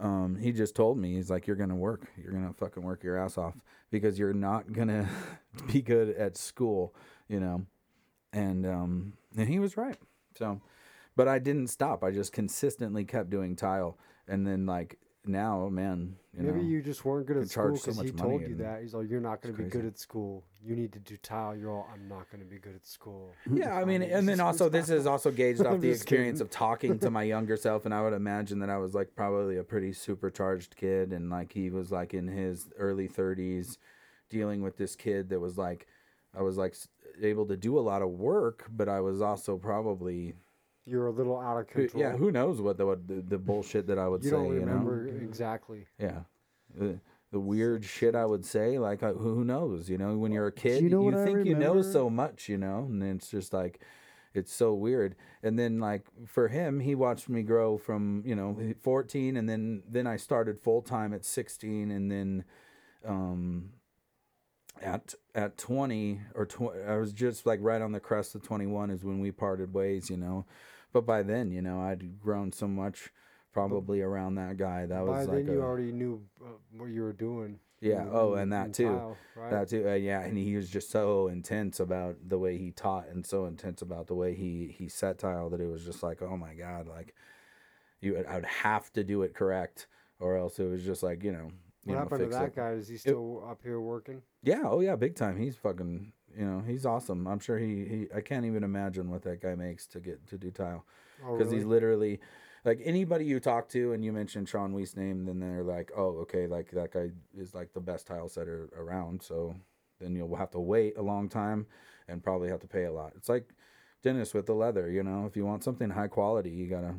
C: Um, he just told me he's like, "You're gonna work. You're gonna fucking work your ass off because you're not gonna be good at school, you know." And um, and he was right. So, but I didn't stop. I just consistently kept doing tile, and then like now, man, you
D: Maybe
C: know,
D: you just weren't good
C: you
D: at school
C: charge so
D: because
C: much
D: he
C: money
D: told you
C: and
D: that. He's like, you're not going to be
C: crazy.
D: good at school. You need to do tile. You're all, I'm not going to be good at school.
C: Yeah, I mean, and then also this is also gauged off
D: I'm
C: the
D: just kidding.
C: experience of talking to my younger self, and I would imagine that I was like probably a pretty supercharged kid, and like he was like in his early thirties, dealing with this kid that was like, I was like s- able to do a lot of work, but I was also probably
D: You're a little out of
C: who-
D: control.
C: yeah, who knows what the what the, the bullshit that I would
D: you
C: say,
D: don't
C: you know?
D: remember exactly.
C: Yeah. The, the weird shit I would say, like I, who knows, you know, when you're a kid, you,
E: you know what I
C: think you know
E: remember?
C: so much, you know, and it's just like, it's so weird. And then like for him, he watched me grow from, you know, 14 and then, then I started full time at 16 and then, um, at at 20 or 20 i was just like right on the crest of 21 is when we parted ways you know but by then you know i'd grown so much probably around that guy that
D: By
C: was
D: then,
C: like
D: you
C: a-
D: already knew uh, what you were doing.
C: yeah
D: in-
C: oh
D: in-
C: and
D: in
C: that too
D: tile, right?
C: that too uh, yeah and he was just so intense about the way he taught and so intense about the way he he set tile that it was just like oh my god like you i would have to do it correct or else it was just like you know you
D: what
C: know,
D: happened to
C: fix
D: that
C: it.
D: guy? Is he still up here working?
C: Yeah, oh yeah, big time. He's fucking, you know, he's awesome. I'm sure he, he I can't even imagine what that guy makes to get to do tile.
D: Oh,
C: Because
D: really?
C: he's literally like anybody you talk to and you mention Sean Weiss name, then they're like, Oh, okay, like that guy is like the best tile setter around, so then you'll have to wait a long time and probably have to pay a lot. It's like Dennis with the leather, you know, if you want something high quality, you gotta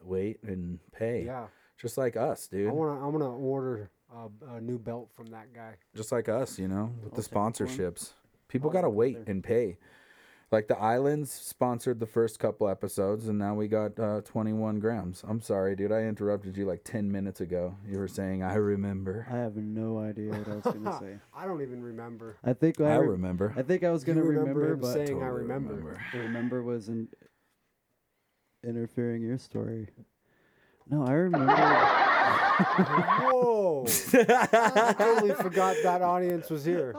C: wait and pay.
D: Yeah.
C: Just like us, dude.
D: I want to I wanna order a, a new belt from that guy.
C: just like us, you know, with the
E: take one.
C: sponsorships. People got to wait and pay. Like the islands sponsored the first couple episodes, and now we got uh, 21 grams. I'm sorry, dude. I interrupted you like 10 minutes ago. You were saying, I remember.
E: I have no idea what I was gonna say.
D: I don't even remember.
E: I think I,
C: I
E: re-
C: remember.
E: I think I was gonna
D: you remember,
E: remember,
D: him
E: but
D: saying I
C: Totally
D: remember.
C: remember.
E: I remember was in interfering your story. No, I remember.
D: Whoa! I totally forgot that audience was here.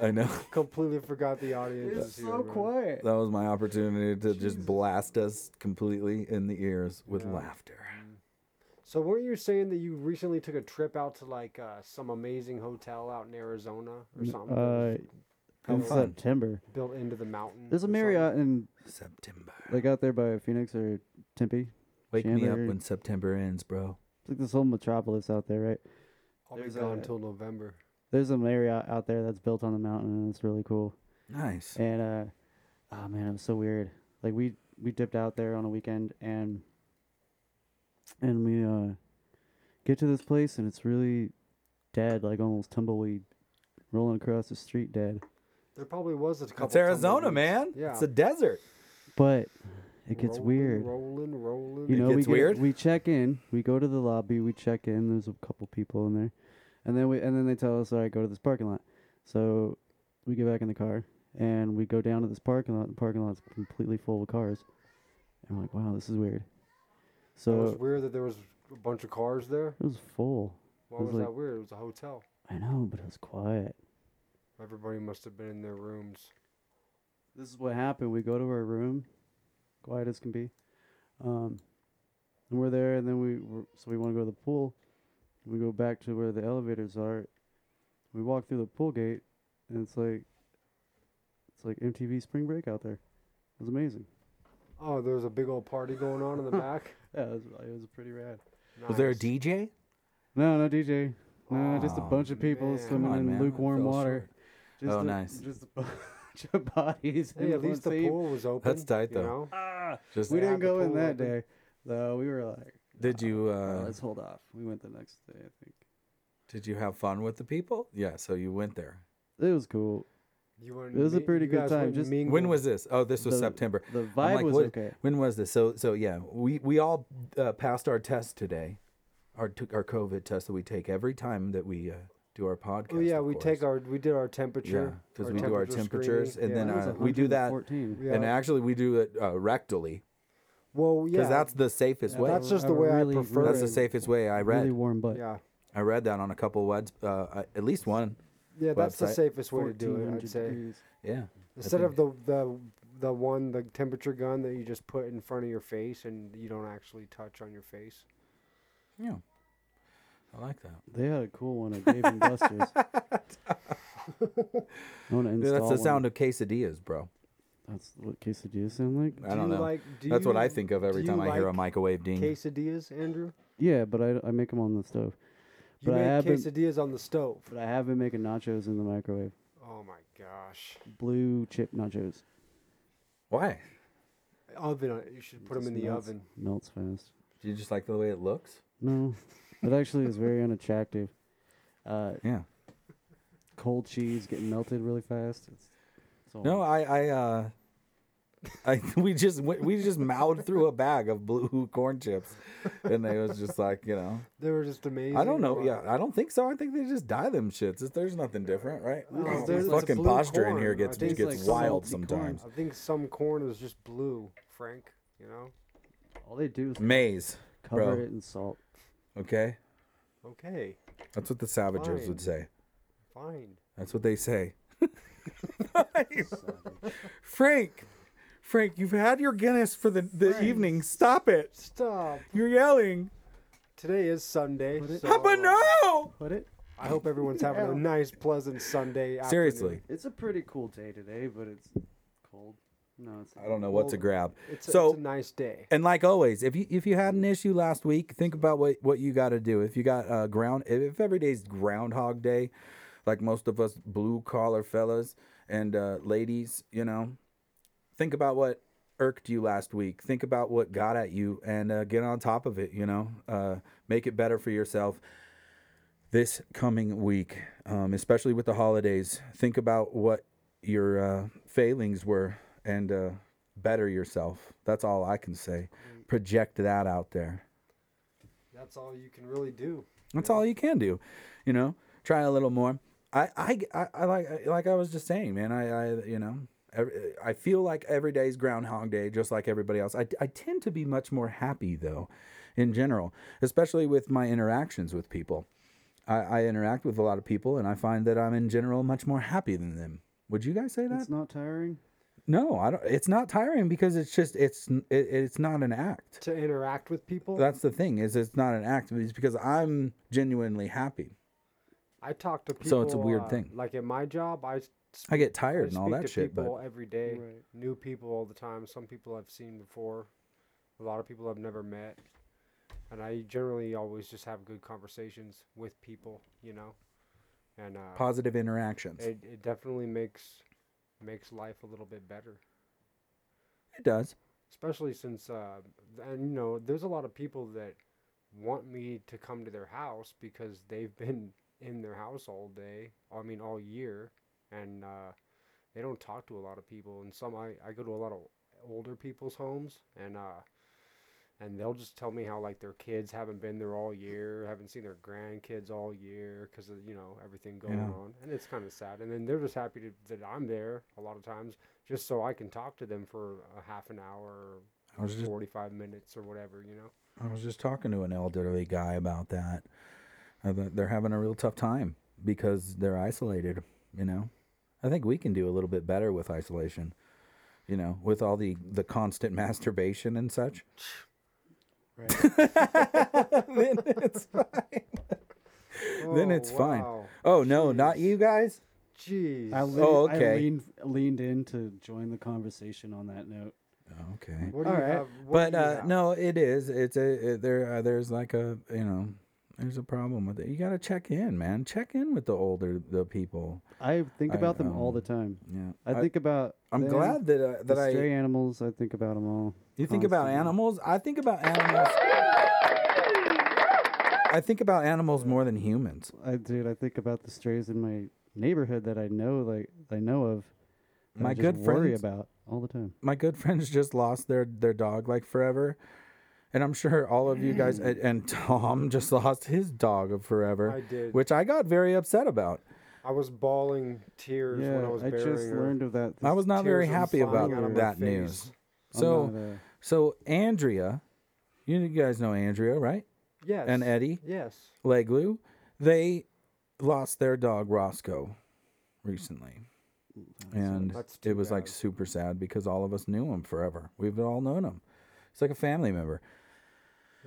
C: I know.
D: Completely forgot the audience was here. man.
E: quiet.
C: That was my opportunity to just blast us completely in the ears with laughter.
D: So weren't you saying that you recently took a trip out to like uh, some amazing hotel out in Arizona or something?
E: Uh,
D: that
E: in
C: fun.
E: September,
D: was built into the mountain.
E: there's a
D: Mm. or something?
E: Marriott in
C: September.
E: like out there by Phoenix or Tempe.
C: Wake me up
E: Chandler-
C: when September ends, bro.
E: It's like this whole metropolis out there, right?
D: I'll be
E: there's
D: gone
E: a-
D: until November.
E: There's a Marriott out there that's built on the mountain, and it's really cool.
C: Nice.
E: And uh, oh man, it was so weird. Like we we dipped out there on a weekend, and and we uh get to this place, and it's really dead, like almost tumbleweed, rolling across the street dead.
D: There probably was a couple.
C: It's Arizona,
D: tumbleweeds.
C: man.
D: Yeah.
C: It's a desert.
E: But it gets
D: Rolling,
E: weird.
D: Rolling, rolling.
E: You know, we
C: gets weird?
E: we check in, we go to the lobby, we check in. There's a couple people in there, and then we and then they tell us, all right, go to this parking lot. So we get back in the car and we go down to this parking lot. The parking lot's completely full of cars. And I'm like, wow, this is weird.
D: it was
E: So
D: weird that there was a bunch of cars there.
E: it was full.
D: Why
E: was
D: was
E: like-
D: that weird? It was a hotel.
E: I know, but it was quiet.
D: Everybody must have been in their rooms.
E: This is what happened. We go to our room, quiet as can be. Um, and we're there, and then we we so we want to go to the pool. We go back to where the elevators are. We walk through the pool gate, and it's like it's like MTV Spring Break out there. It was amazing.
D: Oh, there was a big old party going on in the back.
E: Yeah, it was, it was pretty rad.
C: Was there a
D: Nice.
C: DJ?
E: No, no DJ. No, just a bunch of people
D: man.
E: swimming
C: on,
E: in
C: man.
E: lukewarm
C: Fell
E: water. Just
C: Oh,
E: a,
C: nice.
E: Just a bunch of bodies. in
D: Hey, at least the
E: one same-
D: pool was open.
C: tight,
D: you
C: though.
D: know?
C: Just
E: We didn't
D: had the
E: go in
D: pool
E: that
D: open.
E: day, though. We were like,
C: did you
E: "Oh,
C: uh,
E: let's hold off. We went the next day, I think.
C: did you have fun with the people? Yeah, so you went there.
E: It was cool.
D: You were
E: It was a
D: mi-
E: pretty
D: you
E: good
D: guys
E: time,
D: were
E: just-
D: mingled.
C: When was this? Oh, this was
E: The-
C: September.
E: the
C: I'm
E: vibe was
C: "What-
E: okay."
C: When was this? So so yeah, we we all uh, passed our test today, our took our COVID test that we take every time that we uh, do our podcast.
D: Oh yeah,
C: of
D: we
C: course.
D: take our we did our
C: yeah
D: temperature
C: because
D: our
C: we do our
D: temperature
C: temperatures
D: screening,
C: and
D: yeah.
E: It was
C: then uh, we do that
E: 114.
D: Yeah.
C: and actually we do it uh, rectally
D: well yeah
C: because that's the safest way.
D: that's
C: That's,
D: just
E: I
D: the way
E: really,
D: I prefer
E: really-
C: the
D: it.
C: safest way. I read
E: Really warm butt.
D: yeah
C: I read that on a couple webs uh, at least one.
D: yeah that's the
C: Website.
D: safest way to do it I'd
E: 1400
D: say
E: degrees.
C: Yeah. I
D: instead
C: think-
D: of the the the one the temperature gun that you just put in front of your face and you don't actually touch on your face.
C: yeah, I like that.
E: They had a cool one at Dave and Buster's. I want to
C: Dude,
E: install
C: that's the
E: one.
C: sound of quesadillas, bro.
E: That's what quesadillas sound like.
C: I don't
D: you
C: know.
D: like- do
C: that's what
D: you-
C: I think of every
D: do
C: time
D: you
C: I hear a
D: like
C: microwave ding.
D: Quesadillas, Andrew.
E: Yeah, but I, I make them on the stove.
D: You
E: But I
D: make
E: haven't-
D: quesadillas on the stove.
E: But I have been making nachos in the microwave.
D: Oh my gosh,
E: Blue chip nachos.
C: Why?
D: oven! uh, You should put them in the
E: Melts-
D: oven.
E: Melts fast.
C: Do you just like the way it looks?
E: No, it actually is very unattractive. Uh,
C: Yeah.
E: cold cheese getting melted really fast. It's, it's all
C: No, I, I, uh, I, we just went, we just mouthed through a bag of blue corn chips, and they was just like, you know,
D: They were just amazing.
C: I don't know.
D: Wow.
C: Yeah, I don't think so. I think they just dye them shits. It's- There's nothing different, right?
D: Well,
C: This
D: it's a
C: fucking
D: blue
C: posture in
D: corn.
C: here
D: I
C: gets
D: think
C: gets
D: it's like
C: wild
E: salty corn.
C: sometimes.
D: I think some corn is just blue, Frank. You know.
E: all they do is
C: Maize,
E: cover
C: Mm, bro.
E: it in salt.
C: Okay,
D: Okay,
C: that's what the savages would
D: Fine.
C: say.
D: fine.
C: That's what they say. Frank, Frank, you've had your Guinness for the, the evening. Stop it.
D: Stop.
C: You're yelling.
D: Today is Sunday. so,
C: Papa,
D: uh,
C: no!
E: Put it.
D: I hope everyone's having a nice, pleasant Sunday.
C: Seriously,
D: afternoon.
E: It's a pretty cool day today, but it's cold. No, it's.
C: I don't know what to grab.
D: It's a,
C: so,
D: it's a nice day.
C: and like always, if you if you had an issue last week, think about what what you got to do. If you got uh, ground, if, if every day's Groundhog Day, like most of us blue collar fellas and uh, ladies, you know, think about what irked you last week. Think about what got at you, and uh, get on top of it. You know, uh, make it better for yourself this coming week, um, especially with the holidays. Think about what your uh, failings were and uh, better yourself. That's all I can say. Project that out there.
D: That's all you can really do.
C: That's all you can do. You know, try a little more. I, I, I, I like like I was just saying, man. I, I you know, every, I feel like every day is Groundhog Day, just like everybody else. I, I tend to be much more happy though, in general, especially with my interactions with people. I, I interact with a lot of people, and I find that I'm in general much more happy than them. Would you guys say that?
E: It's not tiring.
C: no, I don't. It's not tiring because it's just it's n- it, it's not an act.
D: To interact with people,
C: That's the thing is it's not an act. It's because I'm genuinely happy.
D: I talk to people.
C: So it's a weird
D: uh,
C: thing.
D: Like at my job, I s-
C: I get
D: I
C: tired and all
D: speak
C: that
D: to
C: shit,
D: people
C: but
D: every day.
E: Right.
D: New people all the time. Some people I've seen before. A lot of people I've never met. And I generally always just have good conversations with people, you know. And uh,
C: positive interactions. It,
D: it, it definitely makes makes life a little bit better.
C: does.
D: especially since uh, and you know there's a lot of people that want me to come to their house because they've been in their house all day i mean all year and uh, they don't talk to a lot of people and some i, I go to a lot of older people's homes and uh, and they'll just tell me how like their kids haven't been there all year haven't seen their grandkids all year because of you know everything going
C: Yeah.
D: on and it's kind of sad and then they're just happy to, that i'm there a lot of times just so I can talk to them for a half an hour,
C: I was just
D: 45 minutes or whatever, you know?
C: I was just talking to an elderly guy about that. Uh, that They're having a real tough time because they're isolated, you know. I think we can do a little bit better with isolation. You know, with all the the constant masturbation and such. then it's fine. then
D: Oh,
C: it's fine.
D: wow.
C: Oh no, not you guys.
D: Jeez.
E: I lean,
C: Oh,
E: I
C: okay.
E: leaned, leaned in to join the conversation on that note.
C: Okay.
D: what do you
E: Alright,
D: have?
C: but
D: what do you
C: uh,
D: have?
C: no, it is. It's a it, there. Uh, there's like a you know, there's a problem with it. You gotta check in, man. Check in with the older the people.
E: I think
C: I,
E: about them all the
C: um,
E: time.
C: Yeah,
E: I, think about.
C: I'm
E: them,
C: glad that uh,
E: the
C: that I.
E: stray animals. I think about them all.
C: You think about
E: constantly.
C: animals? I think about animals. I think about animals more than humans.
E: I dude, I think about the strays in my neighborhood that I know, like I know of. that
C: My
E: I just
C: good
E: worry
C: friends-
E: about all the time.
C: my good friends just lost their their dog like forever and i'm sure all of you guys and, and tom just lost his dog of forever
D: Mm. I did.
C: which i got very upset about
D: I was bawling tears when I was
E: I
D: burying
E: just
D: her.
E: learned of that.
C: i was not very
D: tears were
C: happy
D: flying
C: about
D: out of my
C: that
D: face.
C: news
E: I'm
C: so
E: not, uh,
C: so andrea you guys know andrea right
D: Yes.
C: and eddie
D: Yes.
C: leglu they lost their dog roscoe recently and
D: that's too
C: it was like
D: bad.
C: super sad because all of us knew him forever we've all known him it's like a family member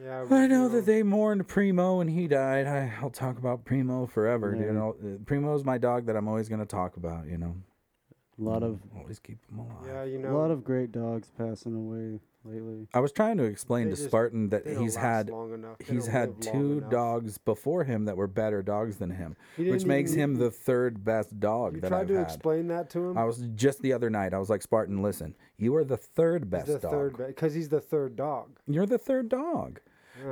D: Yeah.
C: I know that they mourned Primo and he died. I, I'll talk about Primo forever, dude.
E: Yeah.
C: I'll- uh, Primo's my dog that I'm always going to talk about, you know.
E: a lot of
C: Always keep him alive.
D: Yeah, you
E: a
D: know.
E: lot of great dogs passing away lately.
C: I was trying to explain
D: They
C: to
D: just-
C: Spartan that
D: they don't
C: he's
D: last
C: had
D: long enough. They
C: he's
D: don't
C: had
D: live long
C: two
D: enough.
C: dogs before him that were better dogs than him,
D: He
C: which
D: didn't
C: makes
D: even-
C: him the third best dog
D: You
C: that
D: tried
C: I've
D: to
C: had.
D: explain that to him.
C: I was just the other night. I was like, Spartan, listen, you are the third best
D: he's the
C: dog.
D: third because he's the third dog.
C: You're the third dog.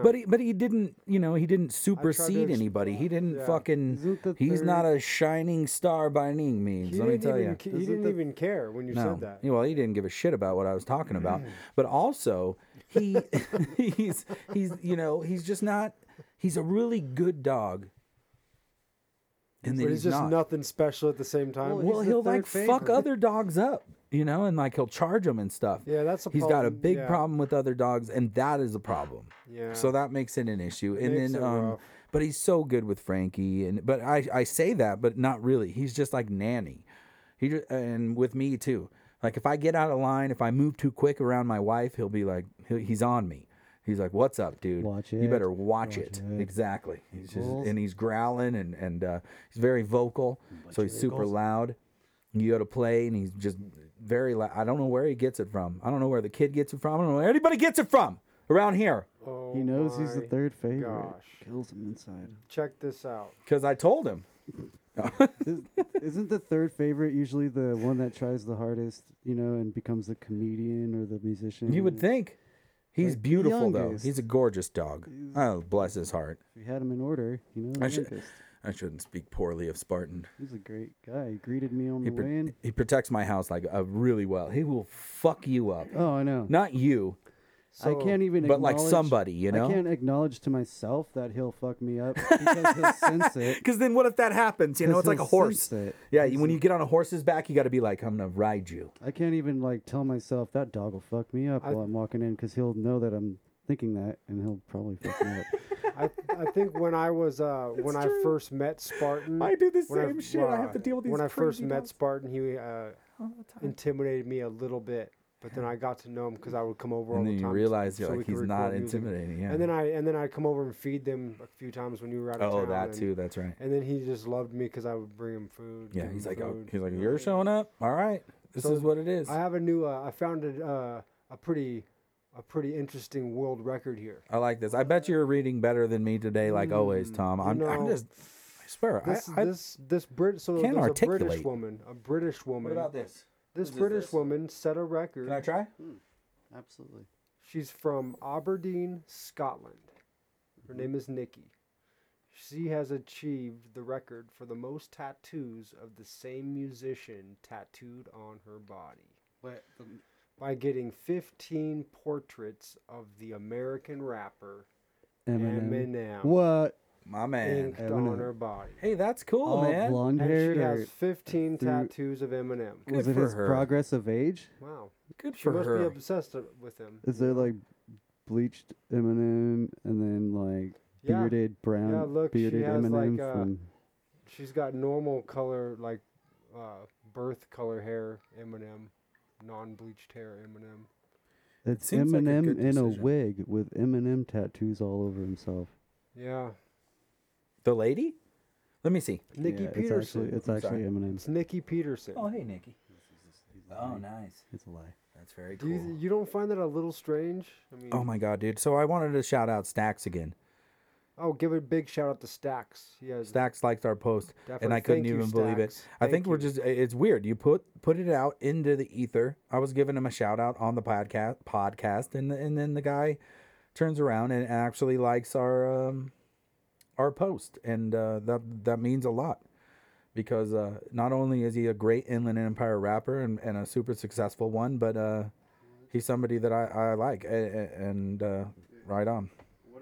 C: But he, but he didn't, you know, he didn't supersede
D: exp-
C: anybody. He didn't
D: yeah.
C: fucking.
E: Isn't the
C: He's not
E: third-
C: a shining star by any means.
D: He
C: let me
D: didn't
C: tell
D: even
C: you.
D: ca- he didn't even care when you
C: no.
D: said that. Mm.
C: Well, he didn't give a shit about what I was talking about. But also, he he's he's you know he's just not. He's a really good dog. And
D: But
C: then
D: he's just
C: not.
D: nothing special at the same time.
C: Well,
E: He's the
C: he'll like
E: third
C: fuck
E: favorite.
C: other dogs up, you know, and like he'll charge them and stuff.
D: Yeah, that's a
C: He's got a
D: problem,
C: big
D: yeah.
C: problem with other dogs, and that is a problem.
D: Yeah.
C: So that makes it an issue, and
D: makes
C: then
D: it
C: um,
D: rough.
C: but he's so good with Frankie, and but I I say that, but not really. He's just like nanny. He just, and with me too. Like if I get out of line, if I move too quick around my wife, he'll be like, he- he's on me. He's like, "What's up, dude?
E: Watch
C: You
E: it.
C: better watch,
E: Watch
C: it.
E: it.
C: Exactly. He's just,
E: Goals.
C: and he's growling and and uh, he's very vocal, so he's super loud. You go to play, and he's just very loud. I don't know where he gets it from. I don't know where the kid gets it from. I don't know where anybody gets it from around here.
D: Oh
E: he knows he's the
D: my
E: third favorite.
D: gosh.
E: Kills him inside.
D: Check this out.
C: Because I told him.
E: Is- Isn't the third favorite usually the one that tries the hardest, you know, and becomes the comedian or the musician?
C: You would think. He's
E: Like the
C: beautiful though.
E: youngest.
C: He's a gorgeous dog. Oh, bless his heart.
E: If we had him in order, you know.
C: I
E: the
C: should.
E: youngest.
C: I shouldn't speak poorly of Spartan.
E: He's a great guy. He greeted me on
C: He,
E: the
C: pr-
E: way in.
C: he protects my house like uh, really well. He will fuck you up.
E: Oh, I know.
C: Not you,
E: I can't even.
C: but like
E: acknowledge-
C: somebody, you know?
E: I can't acknowledge to myself that he'll fuck me up because he'll sense it.
C: Because then what if that happens? You know,
E: Because
C: it's like a
E: he'll
C: horse.
E: sense it.
C: Yeah, you- when you get on a horse's back, you got to be like, I'm going to ride you.
E: I can't even like tell myself that dog will fuck me up while I'm walking in because he'll know that I'm thinking that and he'll probably fuck me up.
D: I, I think when I was uh, when I first met Spartan,
C: I do the
D: when
C: same shit. I have to deal with
D: When
C: these
D: I first
C: crazy
D: met
C: dogs.
D: Spartan, he uh, intimidated me a little bit, but then I got to know him because I would come over. all
C: And
D: the
C: then you
D: time
C: realize, you're
D: we
C: like,
D: could
C: he's not
D: record music.
C: intimidating, yeah.
D: And then I and then I'd come over and feed them a few times when you were out of
C: Oh,
D: town.
C: that
D: and,
C: too. That's right.
D: And then he just loved me because I would bring him food.
C: Yeah,
D: give
C: he's
D: him
C: like, oh,
D: food.
C: he's like, you're showing up. All right, this is what it is.
D: I have a new. Uh, I found a, uh, a pretty, a pretty interesting world record here.
C: I like this. I bet you're reading better than me today, like
E: Mm,
C: always, Tom. I'm, I'm
D: know,
C: just, I swear.
D: This
C: I, I,
D: this this Brit. So
C: can't
D: there's a
C: articulate.
D: British woman. A British woman.
C: this? Whose
D: This
C: is
D: British
C: this?
D: woman set a record.
C: Can I try?
E: Absolutely.
D: She's from Aberdeen, Scotland. Her name is Nikki. She has achieved the record for the most tattoos of the same musician tattooed on her body
E: But the,
D: by getting 15 portraits of the American rapper
E: Eminem.
D: Eminem
E: What?
C: My man.
D: inked
E: Eminem.
D: on her body.
C: Hey, that's cool,
E: All
C: man.
E: blonde
D: And
E: haired
D: she
E: or
D: has 15
E: through-
D: tattoos of Eminem.
E: was
C: Good
E: it
C: for
E: his
C: her.
E: progress of age?
D: Wow.
C: Good
D: She
C: for
D: must
C: her.
D: be obsessed with him.
E: Is there like bleached Eminem and then like
D: Yeah.
E: bearded brown
D: Yeah, look, she
E: bearded
D: has, like,
E: Eminem
D: uh,
E: from
D: She's got normal color like uh, birth color hair Eminem, non-bleached hair Eminem.
E: That's
C: seems like a
E: Eminem
C: good
E: in a
C: decision.
E: wig with Eminem tattoos all over himself.
D: Yeah,
C: The lady? Let me see.
D: Nikki
E: Yeah, it's
D: Peterson.
E: actually it's
C: I'm
E: actually
C: sorry.
E: Eminem.
D: It's Nikki Peterson.
C: Oh, hey, Nikki. Oh, nice.
E: It's a lie.
C: That's very
D: Do you, you don't find that a little strange? I mean,
C: Oh my god, dude. So I wanted to shout out Stacks again.
D: oh, give a big shout out to Stacks. He has
C: Stacks liked our post, and
D: Definitely.
C: I couldn't
D: Thank you,
C: even believe it.
D: Stacks.
C: I
D: Thank
C: think we're
D: you.
C: just—it's weird. You put put it out into the ether. I was giving him a shout out on the podcast, podcast, and and then the guy turns around and actually likes our um, our post, and uh, that that means a lot because uh, not only is he a great Inland Empire rapper and, and a super successful one, but uh, he's somebody that I, I like, a- a- and uh, right on.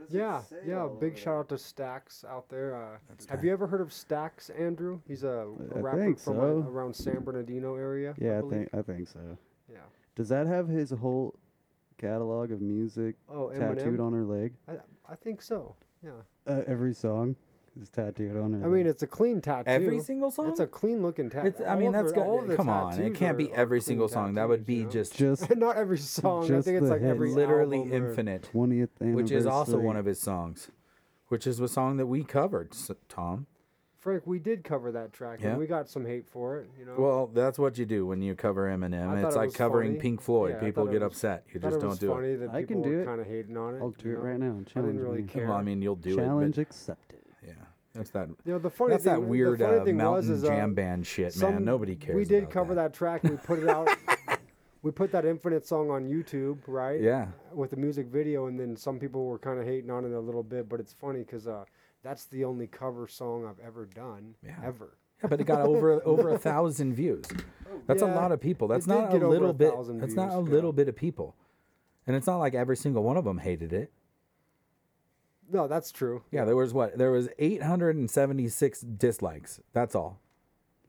D: Yeah, yeah. Big shout out to Stacks out there. Uh, have you ever heard of Stacks, Andrew? He's a, a
E: I
D: rapper
E: think
D: from uh,
E: so.
D: around San Bernardino area.
E: Yeah, I
D: believe.
E: think I think so.
D: Yeah.
E: Does that have his whole catalog of music
D: Oh, Eminem.
E: tattooed on her leg?
D: I, I think so. Yeah.
E: Uh, every song is tattooed on her.
D: I
E: leg.
D: mean, it's a clean tattoo.
C: Every single song.
D: It's a clean looking tattoo.
C: It's, I mean, that's good. Come on, it can't be every single song. that would be just
E: just
D: not every song. I
E: just
D: think it's
E: the
D: like
E: head.
D: every
C: literally
D: album or-
C: infinite,
E: twentieth anniversary.
C: which is also one of his songs, which is a song that we covered, s- Tom.
D: Frank, we did cover that track,
C: Yeah.
D: and we got some hate for it. You know.
C: Well, that's what you do when you cover Eminem.
D: I thought
C: it's
D: it
C: like
D: was
C: covering
D: funny.
C: Pink Floyd.
D: Yeah, I
C: People
D: thought it
C: get
D: was-
C: upset. You
D: I thought
C: just
D: it
C: don't
D: was
C: do
D: funny
C: it.
D: That
E: I can
D: people
E: do
D: were
E: it.
D: Kind of hating on it.
E: I'll
D: you
E: do it
D: know?
E: right now.
D: I
E: Challenge
D: didn't really
E: me.
D: care.
C: Well, I mean, you'll do
E: Challenge
C: it.
E: accepted.
C: But yeah, that's that.
D: You know, the funny
C: that's
D: thing,
C: that
D: the
C: weird
D: funny
C: uh,
D: thing was
C: mountain
D: is, uh,
C: jam band shit, man.
D: some-
C: Nobody cares.
D: We did
C: about
D: cover that. track. We put it out. we put that infinite song on YouTube, right?
C: Yeah.
D: With the music video, and then some people were kind of hating on it a little bit, but it's funny because uh, that's the only cover song I've ever done,
C: Yeah.
D: ever.
C: Yeah, but it got over over a thousand views. That's a
D: Oh, Yeah,
C: lot of people. That's
D: it did
C: not a
D: get over
C: little
D: a
C: bit.
D: thousand
C: That's not a
D: views, yeah.
C: little bit of people, and it's not like every single one of them hated it.
D: No, that's true.
C: Yeah, there was what? There was 876 dislikes. That's all.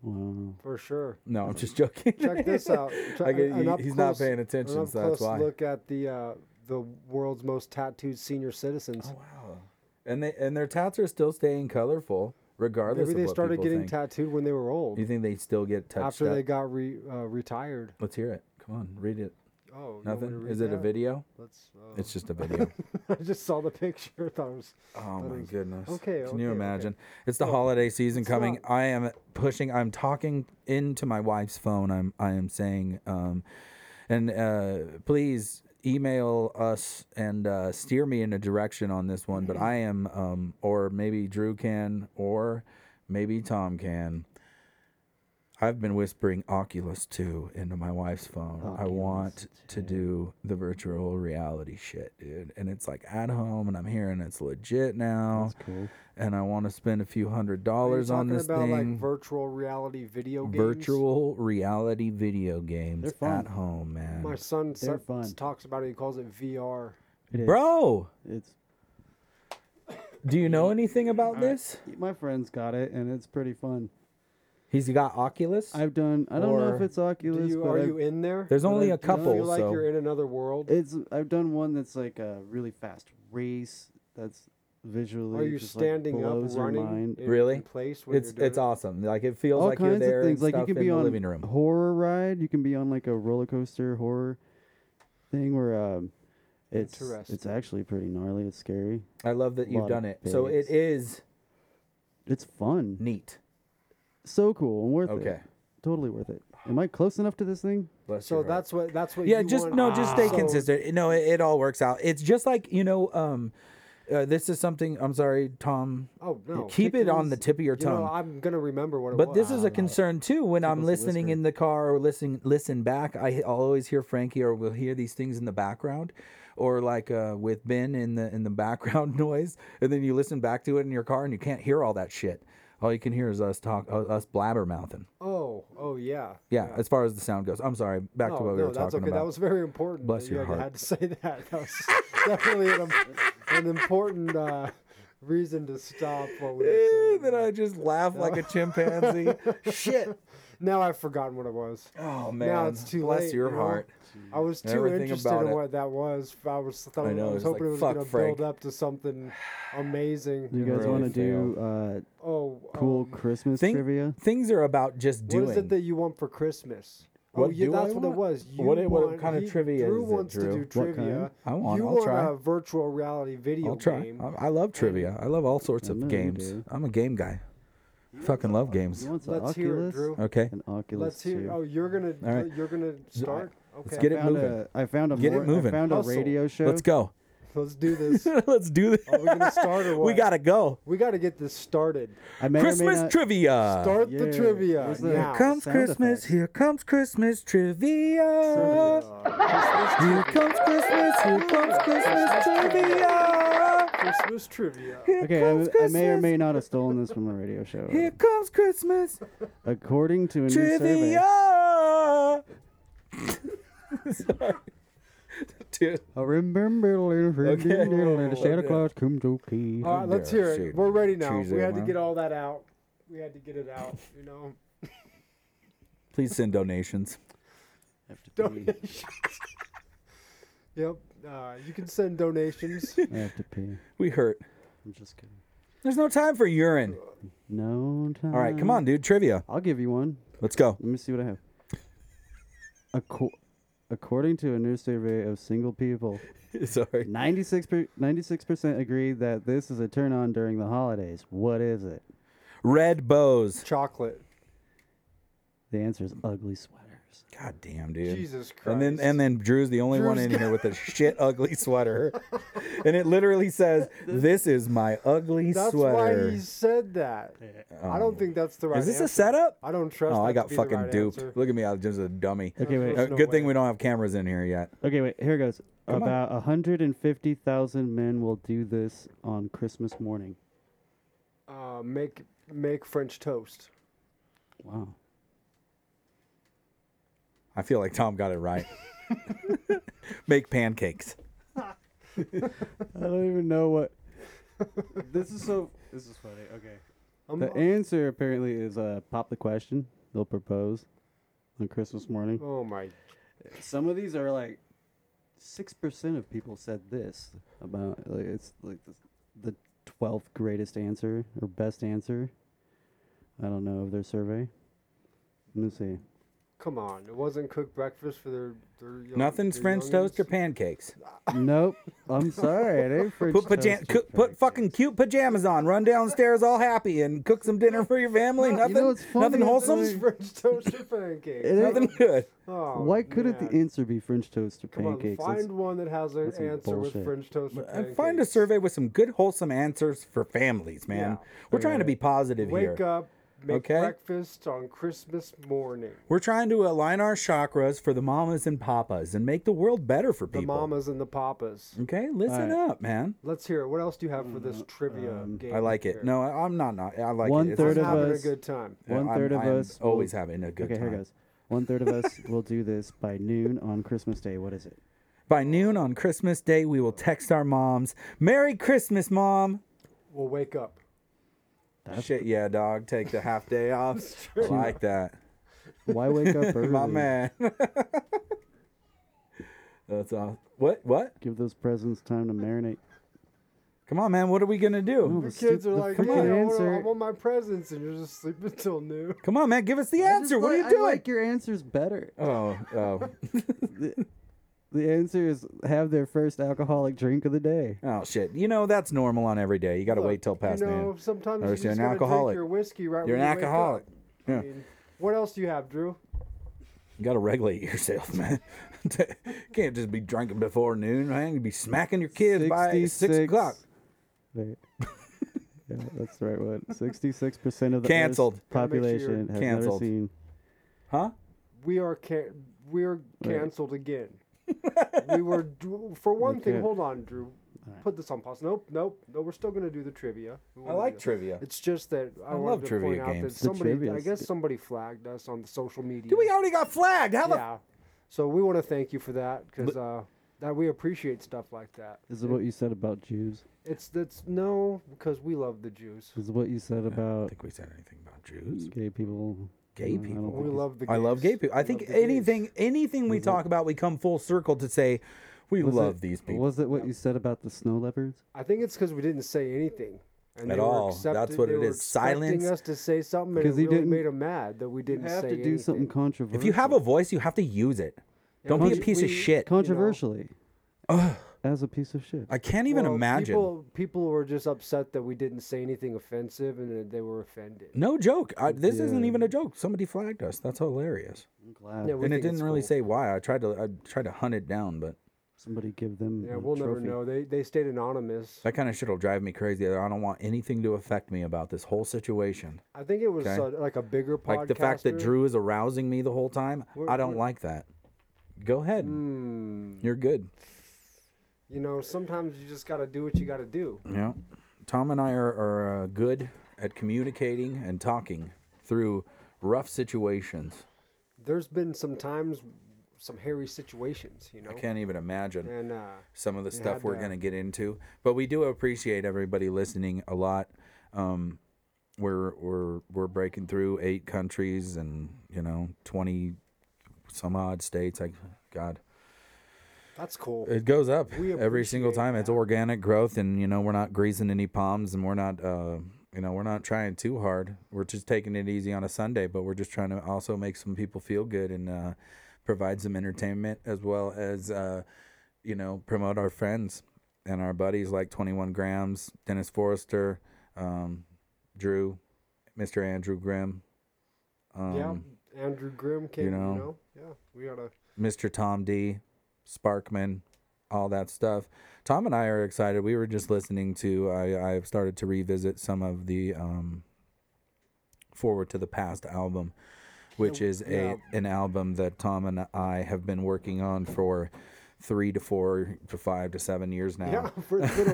E: Wow.
D: For sure.
C: No, I'm just joking.
D: Check this out. Check-
C: I get-
D: an
C: he-
D: up
C: he's not paying
D: an
C: attention,
D: up
C: so that's
D: close
C: why.
D: Look at the uh, the world's most tattooed senior citizens.
C: wow. And they and their tats are still staying colorful regardless
D: Maybe
C: of
D: they
C: what
D: started
C: people
D: getting
C: think.
D: tattooed when they were old.
C: You think they still get touched
D: After
C: up?
D: they got re, uh, retired.
C: Let's hear it. Come on, read it.
D: Oh, you want me to
C: Nothing.
D: read
C: Is it a
D: that?
C: video?
D: Let's. Uh,
C: It's just a video.
D: I just saw the picture. Thought it was.
C: Oh
D: That
C: my
D: is-
C: goodness.
D: okay,
C: Can you
D: okay, okay.
C: imagine? It's the holiday season coming.
D: not-
C: I am pushing I'm talking into my wife's phone. I'm I am saying um and uh please email us and uh steer me in a direction on this one,
D: Mm-hmm.
C: but I am um or maybe Drew can or maybe Tom can. I've been whispering Oculus 2 into my wife's phone. I want to do the virtual reality shit, dude. And it's like at home, and I'm hearing it's legit now.
E: cool.
C: And I want to spend a few hundred
D: Are you
C: dollars on
D: talking
C: this
D: about like
C: thing.
D: virtual reality video games?
C: virtual reality video games
E: fun.
C: at home, man.
D: My son
E: They're
D: sa-
E: fun.
D: talks about it. He calls it VR.
E: It is.
C: Bro,
E: It's
C: do you know anything about this?
E: my friend's got it and it's pretty fun.
C: He's got Oculus.
E: I've done. I don't know if
C: Or
E: it's
D: Do
E: Oculus,
D: you,
E: but
D: are
E: I've,
D: you in there?
C: There's
E: but
C: only
E: I
C: a
E: do feel
D: Do
C: couple,
D: you feel like
C: so
D: you're in another world?
E: it's. I've done one that's like a really fast race. That's visually.
D: Are you
E: just,
D: standing
E: like
D: up,
E: blows your
D: running?
E: mind.
D: In,
C: Really?
D: In place when
C: it's
D: you're doing
C: it's
D: it?
C: awesome. Like it feels
E: All
C: like you're
E: kinds
C: there
E: of things.
C: and
E: Like you
C: stuff
E: can
C: in
E: be
C: the
E: on
C: living room.
E: horror ride. You can be on like a roller coaster horror thing where um, it's it's
D: Interesting.
E: actually pretty gnarly. It's scary.
C: I love that you've
E: lot of
C: done it. So it
E: pigs.
C: is
E: It's fun.
C: neat.
E: So cool and worth it.
C: Okay.
E: Totally worth it. Am I close enough to this thing?
C: Bless
D: So
C: your heart.
D: that's what that's what.
C: yeah.
D: you
C: Just
D: want- Oh,
C: no, just stay
D: So-
C: consistent. No, it, it all works out. It's just like you know. Um, uh, this is something. I'm sorry, Tom.
D: Oh no.
C: keep it on the tip of your
D: You know,
C: tongue.
D: I'm gonna remember what it
C: but
D: was.
C: this is a concern too. When I'm
E: Tickles the
C: listening
E: whisker.
C: in the car or listen listen back, I, I'll always hear Frankie or we'll hear these things in the background, or like uh, with Ben in the in the background noise, and then you listen back to it in your car and you can't hear all that shit. All you can hear is us talk, uh, us blabbermouthing.
D: Oh, oh yeah.
C: Yeah, as far as the sound goes. I'm sorry. Back to
D: No,
C: what we
D: Oh, no,
C: were
D: that's
C: talking
D: okay.
C: about.
D: That was very important.
C: Bless
D: that
C: your
D: you
C: heart.
D: had to say that. That was definitely an, im- an important uh, reason to stop what we were
C: Eh,
D: saying.
C: then I just laugh like a chimpanzee. Shit.
D: now I've forgotten what it was.
C: Oh man,
D: now it's too
C: bless
D: late,
C: your
D: you know?
C: heart.
D: I was too
C: Everything
D: interested
C: about
D: in
C: it.
D: what that was. I was, I
C: I know,
D: I was
C: it's
D: hoping
C: like,
D: it was
C: fuck,
D: going to
C: Frank.
D: build up to something amazing.
E: You guys
C: really
E: want to do uh,
D: Oh,
E: cool
D: um,
E: Christmas
C: Think-
E: trivia?
C: Things are about just doing.
D: What is it that you want for Christmas? oh,
C: What
D: yeah,
C: do
D: that's
C: I
D: what
C: want?
D: it was. You
C: What i- what
D: want-
C: kind of
D: he-
C: trivia
D: Drew
C: is it,
D: wants to
C: Drew?
D: do
E: What
D: trivia.
E: kind?
C: I want-
D: You
C: I'll
D: want
C: try.
D: a virtual reality video
C: I'll try.
D: game.
C: I, I love trivia. I love all sorts
E: I know
C: of
E: you
C: games.
E: do.
C: I'm a game guy. Fucking love games.
E: You want some
D: Let's
E: Oculus?
D: hear it, Drew.
C: Okay,
E: An Oculus
D: Let's hear.
E: too.
D: Oh, you're gonna.
C: All right.
D: You're gonna start. Okay.
C: let's get it
E: found
C: moving.
E: A, I found a
C: Get it
E: mor-
C: moving.
E: I found a
D: Hustle.
E: radio show.
C: Let's go.
D: Let's do this. Are
C: Let's do this.
D: we gonna start or what?
C: We gotta go.
D: We got to get this started.
E: I may or may
C: Christmas
E: not-
C: trivia.
D: Start the
E: yeah.
D: trivia
E: Where's the-
D: now.
C: comes
E: sound
C: Christmas.
E: effects.
C: Here comes Christmas trivia.
D: Uh,
C: Here comes Christmas. Here comes Christmas trivia.
D: Christmas trivia.
C: Here
E: Okay, I,
C: comes
E: I may or
C: Christmas.
E: may not have stolen this from a radio show.
C: Here comes Christmas
E: According to a new survey,
C: trivia. Sorry. Dude.
E: I remember little
C: Okay.
E: Santa
C: Okay. Oh,
E: Claus comes to key.
D: All right, let's hear it.
C: Shoot.
D: We're ready now.
C: Choose
D: we
C: it,
D: had to
C: man.
D: get all that out. We had to get it out. You know.
C: Please send donations.
D: donations. yep. Uh, you can send donations.
E: I have to pee.
C: We hurt.
E: I'm just kidding.
C: There's no time for urine.
E: No time.
C: All right, come on, dude. Trivia.
E: I'll give you one.
C: Let's go.
E: Let me see what I have. Acco- according to a new survey of single people,
C: Sorry.
E: 96 percent agree that this is a turn on during the holidays. What is it?
C: Red bows.
D: Chocolate.
E: The answer is ugly sweaters.
C: God damn, dude.
D: Jesus
C: And then
D: Christ.
C: and then Drew's the only one
D: Drew's
C: in here with a shit ugly sweater. and it literally says, "This is my ugly
D: That's
C: sweater."
D: why he said that. I don't think that's the right.
C: is this a
D: answer.
C: setup?
D: I don't trust.
C: Oh,
D: that
C: I
D: to
C: got
D: be the
C: fucking
D: right
C: duped.
D: answer.
C: Look at me, I'm just a dummy.
E: Okay, wait.
C: Uh,
D: no
C: good thing
D: way.
C: we don't have cameras in here yet.
E: Okay, wait. Here goes.
C: Come on.
E: About 150,000 men will do this on Christmas morning.
D: Uh, make make French toast.
E: Wow.
C: I feel like Tom got it right. Make pancakes.
E: I don't even know what. this is so. This is funny. Okay.
D: I'm,
E: The answer apparently is uh, pop the question. They'll propose on Christmas morning.
D: oh my.
E: Some of these are like six percent of people said this about like it's like the twelfth greatest answer or best answer. I don't know of their survey. Let me see.
D: Come on. It wasn't cooked breakfast for their. their young,
C: Nothing's
D: their
C: French toast or
D: youngins?
C: pancakes.
E: Nope. I'm sorry. I didn't
C: Put paja- cu- put fucking cute pajamas on. Run downstairs all happy and cook some dinner for your family.
E: No, you know
C: Nothing.
E: what's funny
C: nothing
E: is
C: wholesome.
E: like-
D: French toast or pancakes.
E: It ain't-
C: Nothing good.
D: Oh,
E: Why couldn't the
D: man.
E: answer be French toast or
D: Come on,
E: pancakes? That's-
D: find one that has an
E: that's some
D: answer
E: bullshit.
D: with French toast or
C: And
D: pancakes.
C: uh, find a survey with some good, wholesome answers for families, man.
D: Yeah.
C: We're trying to be positive
D: Wake
C: here.
D: up, make
C: Okay?
D: breakfast on Christmas morning.
C: We're trying to align our chakras for the mamas and papas and make the world better for
D: The
C: people.
D: mamas and the papas.
C: Okay, listen
E: Alright.
C: up, man.
D: Let's hear it. What else do you have for
E: Mm,
D: this trivia game?
C: I like
D: here?
C: it. No, I, I'm not. Not. I like
E: One
C: it. It's-
E: um, third
D: I'm
E: of
D: having
E: us-
D: a good time.
C: Yeah,
E: One third of
C: I'm, I'm
E: us will-
C: always having a good
E: okay,
C: time.
E: here goes. One third of us will do this by noon on Christmas Day. What is it?
C: By noon on Christmas Day, we will text our moms, "Merry Christmas, Mom."
D: We'll wake up.
C: Shit, yeah, dog. Take the half day off. I like that,
E: Why wake up early?
C: my man. That's all. What? What?
E: Give those presents time to marinate.
C: Come on, man. What are we gonna do?
E: No,
D: The
E: the stu-
D: kids are
E: the
D: like,
E: fucking
D: yeah, I want,
E: answer-
D: I want my presents, and you're just sleeping till noon.
C: Come on, man, give us the
E: I
C: answer.
E: just
C: What are
E: like-
C: you
E: I
C: doing?
E: like your answers better.
C: oh, oh,
E: The answer is have their first alcoholic drink of the day.
C: oh, shit. You know that's normal on every day. You got to wait till past
D: You know,
C: noon.
D: sometimes
C: Or
D: you
C: if you're
D: just
C: an
D: gotta
C: alcoholic.
D: drink your whiskey right
C: You're an
D: when you wake up.
C: alcoholic.
D: I mean, what else do you have, Drew?
C: You got to regulate yourself, man. You Can't just be drinking before noon, man. You be smacking your kids by six
E: 66
C: o'clock.
E: Wait. yeah, that's the right one. Sixty-six percent of the Earth's
C: Canceled.
D: Gotta make sure you're
E: population has
C: canceled.
E: never seen.
C: Huh?
D: We are can- we're canceled again. we were d- for one thing.
E: Okay.
D: Hold on, Drew. Put this on pause. Nope, nope, no. We're still gonna do the trivia. We
C: I
D: wanna do
C: like
D: this.
C: trivia.
D: It's just that I,
C: love
D: wanted to
C: trivia
D: point out that
C: games.
E: The
D: somebody, I
E: trivia's
D: guess
E: good.
D: somebody flagged us on the social media.
C: Dude, we already got flagged. How the?
D: yeah. So we want to thank you for that because uh, that we appreciate stuff like that.
E: This is what you said about Jews.
D: It's that's no because we love the Jews.
E: This is what you said
C: I
E: about
C: think we said anything about Jews.
E: gay people.
C: Gay
E: Uh, I don't
C: people.
E: think
D: We
E: it's-
D: love the. Gays.
C: I love gay people. I
D: We
C: think
D: love the gays.
C: anything anything we talk about, we come full circle to say we
E: was
C: love
E: it-
C: these people.
E: Was it what you said about the snow leopards?
D: I think it's because we didn't say anything. And
C: At
D: they were
C: all. That's
D: accepted-
C: what
D: they
C: it
D: were
C: is. Silence.
D: Expecting us to say something, and it
E: Because you
D: really
E: didn't-
D: made them mad that we didn't
E: you have
D: say
E: to do something
D: anything.
E: controversial.
C: if you have a voice, you have to use it. Don't be a
E: Contro-
C: piece of
D: we-
C: shit.
E: controversially, as a piece of shit.
C: I can't even
D: Well,
C: imagine.
D: People, people were just upset that we didn't say anything offensive, and that they were offended.
C: No joke. I, this isn't even a joke. Somebody flagged us. That's hilarious.
E: I'm glad
D: Yeah, we
C: and it
D: think it's
C: didn't really
D: cool.
C: say why. I tried to I tried to hunt it down, but
E: somebody give them.
D: Yeah,
E: a
D: we'll never
E: trophy.
D: know. They they stayed anonymous.
C: that kind of shit will drive me crazy. I don't want anything to affect me about this whole situation.
D: I think it was
C: Okay.
D: uh, like a bigger podcast.
C: Like the fact that Drew is arousing me the whole time.
D: We're-
C: I don't
D: we're- Hmm.
C: like that. Go ahead. You're good.
D: You know, sometimes you just got to do what you got to do.
C: Yeah. Tom and I are, are uh, good at communicating and talking through rough situations.
D: There's been some times, some hairy situations. You know,
C: I can't even imagine.
D: and uh,
C: some of the
D: You
C: stuff
D: had
C: we're
D: to-
C: going to get into. But we do appreciate everybody listening a lot. Um, we're we're we're breaking through eight countries and you know twenty some odd states. I God,
D: that's cool.
C: it goes up
D: We
C: every single
D: appreciate
C: time. It's organic growth, and you know we're not greasing any palms, and we're not uh, you know we're not trying too hard. We're just taking it easy on a Sunday, but we're just trying to also make some people feel good and uh, provide some entertainment as well as uh, you know promote our friends and our buddies like Twenty One Grams, Dennis Forrester, um, Drew, Mr. Andrew Grimm,
D: yeah, Andrew Grimm came. You
C: Um, know.
D: know, yeah, we gotta.
C: Mr. Tom D, Sparkman, all that stuff. Tom and I are excited. We were just listening to. I I've started to revisit some of the um, Forward to the Past album, which is a
D: yeah.
C: an album that Tom and I have been working on for three to four to five to seven years now.
D: Yeah, for it's been a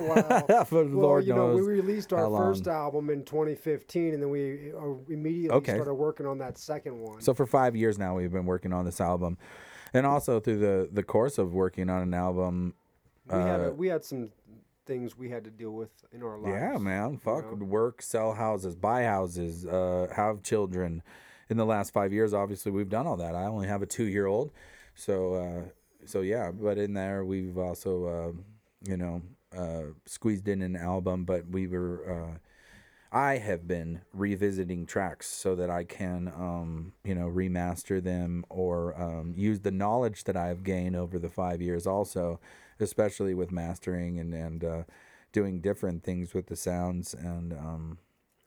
D: while.
C: For
D: well,
C: Lord
D: you know,
C: knows
D: we released
C: how
D: our
C: long.
D: first album in 2015, and then we uh, immediately
C: Okay.
D: started working on that second one.
C: So for five years now, we've been working on this album, and also through the the course of working on an album,
D: we had a, we had some things we had to deal with in our lives.
C: uh, Yeah, man. Fuck.
D: know?
C: Work, sell houses, buy houses, uh, have children. In the last five years, obviously, we've done all that. I only have a two-year-old, so uh, so yeah. But in there, we've also uh, you know uh, squeezed in an album. But we were. Uh, I have been revisiting tracks so that I can, um, you know, remaster them or um, use the knowledge that I have gained over the five years, also, especially with mastering and and uh, doing different things with the sounds. And um,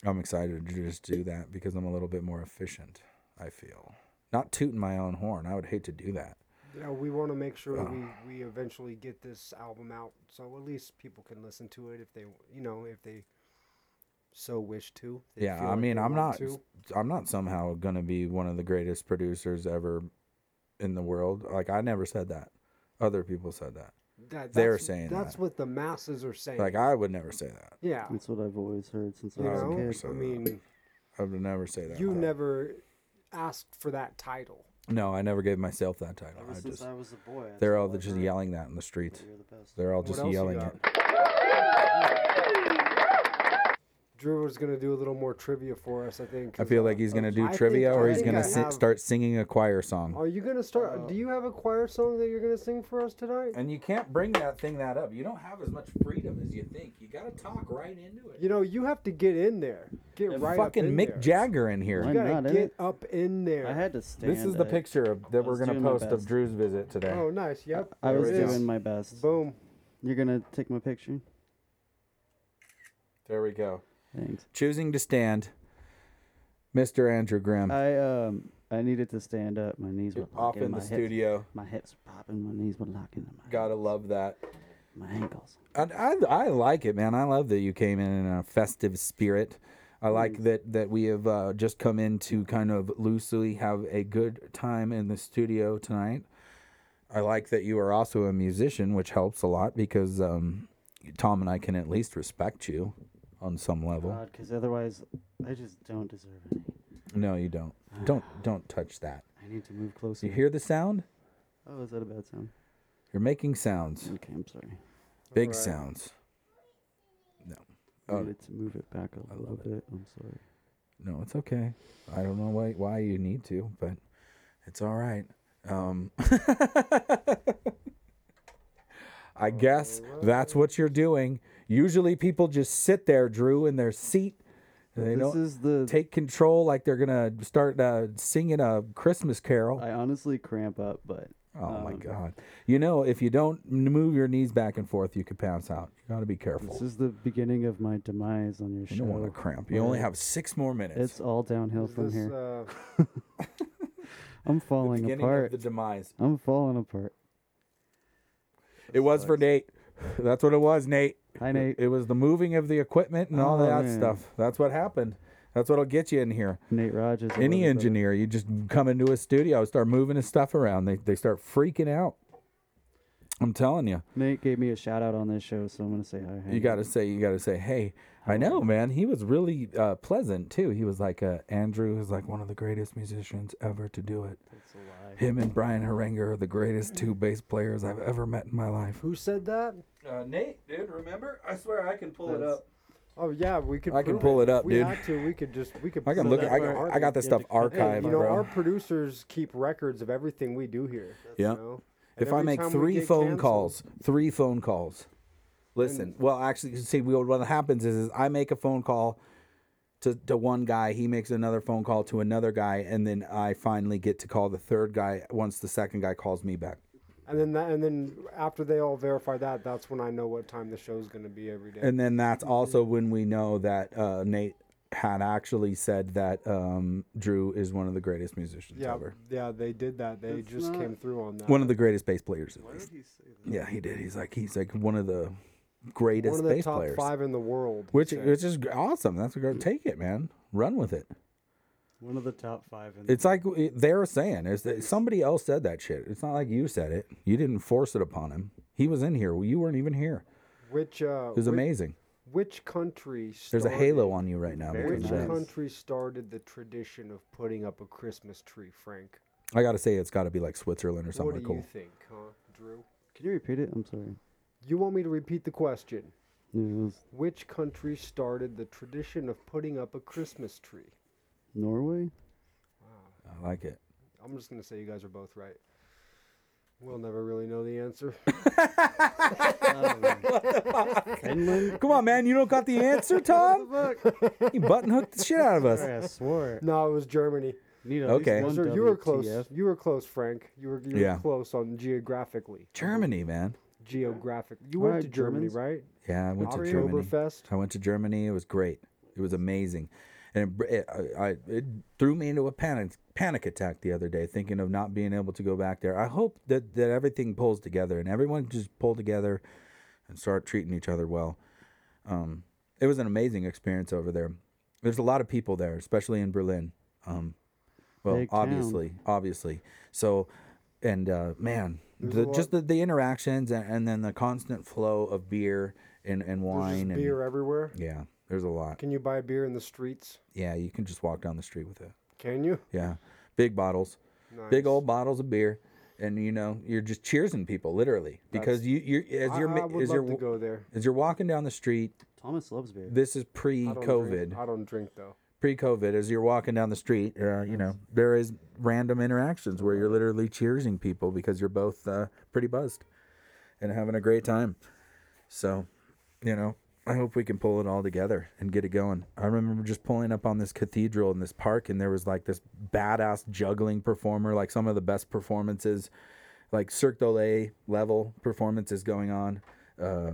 C: I'm excited to just do that because I'm a little bit more efficient. I feel not tooting my own horn. I would hate to do that.
D: Yeah, we want to make sure we we eventually get this album out, so at least people can listen to it if they you know if they so wish to. if they
C: yeah,
D: feel
C: I
D: like
C: mean,
D: they
C: I'm
D: want
C: not, I'm not somehow gonna be one of the greatest producers ever in the world. Like I never said that. Other people said that.
D: That,
C: they're
D: that's-
C: saying
D: that's
C: that.
D: what the masses are saying.
C: Like I would never say that.
D: yeah,
E: That's what I've always heard since
D: you
E: I was
D: know,
E: a kid.
C: so
D: I mean,
C: I would never say that.
D: you
C: No.
D: never asked for that title.
C: No, I never gave myself that title. I just
E: was a boy.
C: they're all just yelling that in the streets. They're all just
D: else you
C: yelling
D: got?
C: it.
D: Drew was gonna do a little more trivia for us, I think.
C: I
D: 'cause,
C: feel
D: uh,
C: like he's gonna
D: I
C: do
D: think-
C: trivia
D: I
C: or he's
D: think
C: gonna
D: I
C: si-
D: have- Oh,
C: start Uh, singing a choir song.
D: Are you gonna start? do you have a choir song that you're gonna sing for us tonight?
C: And you can't bring that thing that up. You don't have as much freedom as you think. You gotta talk right into it.
D: You know, you have to get in there. Get right
C: Fucking
D: up in
C: Mick
D: there.
C: Jagger in here.
E: Why
D: You gotta
E: not,
D: get
E: innit?
D: up in there.
E: I had to stand.
C: This is the
E: up.
C: picture of, that
E: I
C: we're
E: was
C: gonna
E: doing my
C: post of
E: best.
C: Drew's visit today.
D: Oh, nice. Yep.
E: I
D: there
E: was
D: it is.
E: doing my best.
D: Boom.
E: You're gonna take my picture.
C: There we go.
E: Thanks.
C: Choosing to stand, Mr. Andrew Graham,
E: I um I needed to stand up. My knees were
C: off
E: locking.
C: in
E: my
C: the
E: hips-
C: studio.
E: My hips were popping. My knees were locking. and My,
C: Gotta love that.
E: my ankles.
C: I, I, I like it, man. I love that you came in in a festive spirit. I
E: Mm.
C: like that that we have uh, just come in to kind of loosely have a good time in the studio tonight. I like that you are also a musician, which helps a lot because um, Tom and I can at least respect you on some level.
E: God, because otherwise I just don't deserve any.
C: No, you don't. Don't don't touch that.
E: I need to move
C: Do
E: closer.
C: you hear the sound?
E: Oh, is that a bad sound?
C: You're making sounds,
E: Okay, I'm sorry.
C: big sounds.
E: I
C: Oh.
E: needed to move it back a little bit. I'm sorry.
C: No, it's okay. I don't know why why you need to, but it's all right. Um, I guess that's what you're doing. Usually, people just sit there, Drew, in their seat. And they
E: this
C: don't
E: is the.
C: take control like they're gonna start uh, singing a Christmas carol.
E: I honestly cramp up, but
C: oh my God! You know, if you don't n- move your knees back and forth, you could pass out. You got to be
E: this
C: careful.
E: is the beginning of my demise on your show.
C: You don't want to cramp. You only have six more minutes.
E: It's all downhill from
D: This,
E: here.
D: uh,
E: I'm falling
C: beginning
E: apart.
C: of the demise.
E: I'm falling apart.
C: It was for Nate. That's what it was, Nate.
E: Hi, Nate.
C: It was the moving of the equipment and all
E: Oh,
C: that
E: man.
C: stuff. That's what happened. That's what'll get you in here.
E: Nate Rogers. I love
C: Any
E: you, brother.
C: engineer, you just come into a studio, start moving his stuff around. They they start freaking out. I'm telling you,
E: Nate gave me a shout out on this show, so I'm gonna say hi. hi.
C: you got to say, you got to say, hey,
D: Oh.
C: I know, man. He was really uh, pleasant too. He was like, uh, Andrew is like one of the greatest musicians ever to do it. Him and Brian Haranger are the greatest two bass players I've ever met in my life.
D: who said that?
C: Uh, Nate, dude, remember? I swear I can pull it
E: That's-
C: up.
D: Oh yeah, we could.
C: I can
D: prove
C: pull it up,
D: we
C: dude.
D: Had to, we could just. We could.
C: I can
D: prove
C: look.
D: it.
C: I, got- I got this stuff
D: Hey,
C: archived,
D: you know,
C: bro.
D: our producers keep records of everything we do here.
C: Yeah.
D: You know? And
C: if I
D: every
C: make
D: time we
C: three
D: get
C: phone
D: canceled-
C: calls, three phone calls. Listen, well, actually, see, we- what happens is, is I make a phone call to, to one guy, he makes another phone call to another guy, and then I finally get to call the third guy once the second guy calls me back.
D: and then that, and then after they all verify that, that's when I know what time the show's going to be every day.
C: And then that's also when we know that uh, Nate had actually said that um, Drew is one of the greatest musicians
D: yeah,
C: ever.
D: yeah, they did that. They just came through on that.
C: One of the greatest bass players, at least. Yeah, he did. He's like he's like one of the greatest
D: One of the
C: bass
D: top
C: players.
D: five in the world.
C: Which
D: so-
C: which is awesome. That's a
D: Mm.
C: great. Take it, man. Run with it.
E: one of the top five. In
C: It's like w- they're saying is that somebody else said that shit. It's not like you said it. You didn't force it upon him. He was in here. Well, You weren't even here.
D: which uh,
C: It was
D: which,
C: amazing.
D: Which country?
C: There's a
D: started-
C: halo on you right now.
D: Which
C: because of that.
D: country started the tradition of putting up a Christmas tree, Frank?
C: I gotta say, it's got to be like Switzerland or
D: What
C: somewhere
D: do
C: cool.
D: you think, huh, Drew?
E: Can you repeat it? I'm sorry.
D: You want me to repeat the question?
E: Yeah, it was
D: Which country started the tradition of putting up a Christmas tree?
E: Norway.
C: I like it.
D: I'm just going to say you guys are both right. We'll never really know the answer.
E: Finland.
C: Come on, man. You don't got the answer, Tom. you button hooked the shit out of us.
E: Sorry, I swore.
D: no, it was Germany.
E: Need at least
C: Okay.
E: one
D: Those are- you were close.
E: WTF.
D: You were close, Frank. You were, you were
C: Yeah.
D: close on geographically.
C: Germany, man.
D: Geographic. You went
E: Alright,
D: to Germany,
E: Germans.
D: right?
C: Yeah, I went to Germany.
D: Oktoberfest.
C: I went to Germany. It was great. It was amazing, and it, br- it, I, I- it threw me into a panic panic attack the other day, thinking of not being able to go back there. I hope that that everything pulls together and everyone just pull together and start treating each other well. Um, it was an amazing experience over there. There's a lot of people there, especially in Berlin. Um, well,
E: Big town.
C: obviously, obviously. So, and uh, man,
D: a
C: the,
D: lot-
C: just the, the interactions and, and then the constant flow of beer and, and
D: There's just
C: wine and
D: beer everywhere.
C: yeah, there's a lot.
D: Can you buy beer in the streets?
C: Yeah, you can just walk down the street with it.
D: Can you?
C: Yeah, big bottles,
D: Nice.
C: big old bottles of beer, and you know you're just cheersing people literally because you you're as
D: I-
C: you're
D: I,
C: ma-
D: would
C: as
D: love
C: you're
D: to
C: w-
D: go there.
C: as you're walking down the street.
E: Thomas loves beer.
C: This is
D: I don't drink-
C: pre-COVID.
D: I don't drink though.
C: Pre-COVID, as you're walking down the street, uh, you know there is random interactions where you're literally cheersing people because you're both uh, pretty buzzed and having a great time. So, you know, I hope we can pull it all together and get it going. I remember just pulling up on this cathedral in this park, and there was like this badass juggling performer, like some of the best performances, like Cirque du Soleil level performances going on, uh,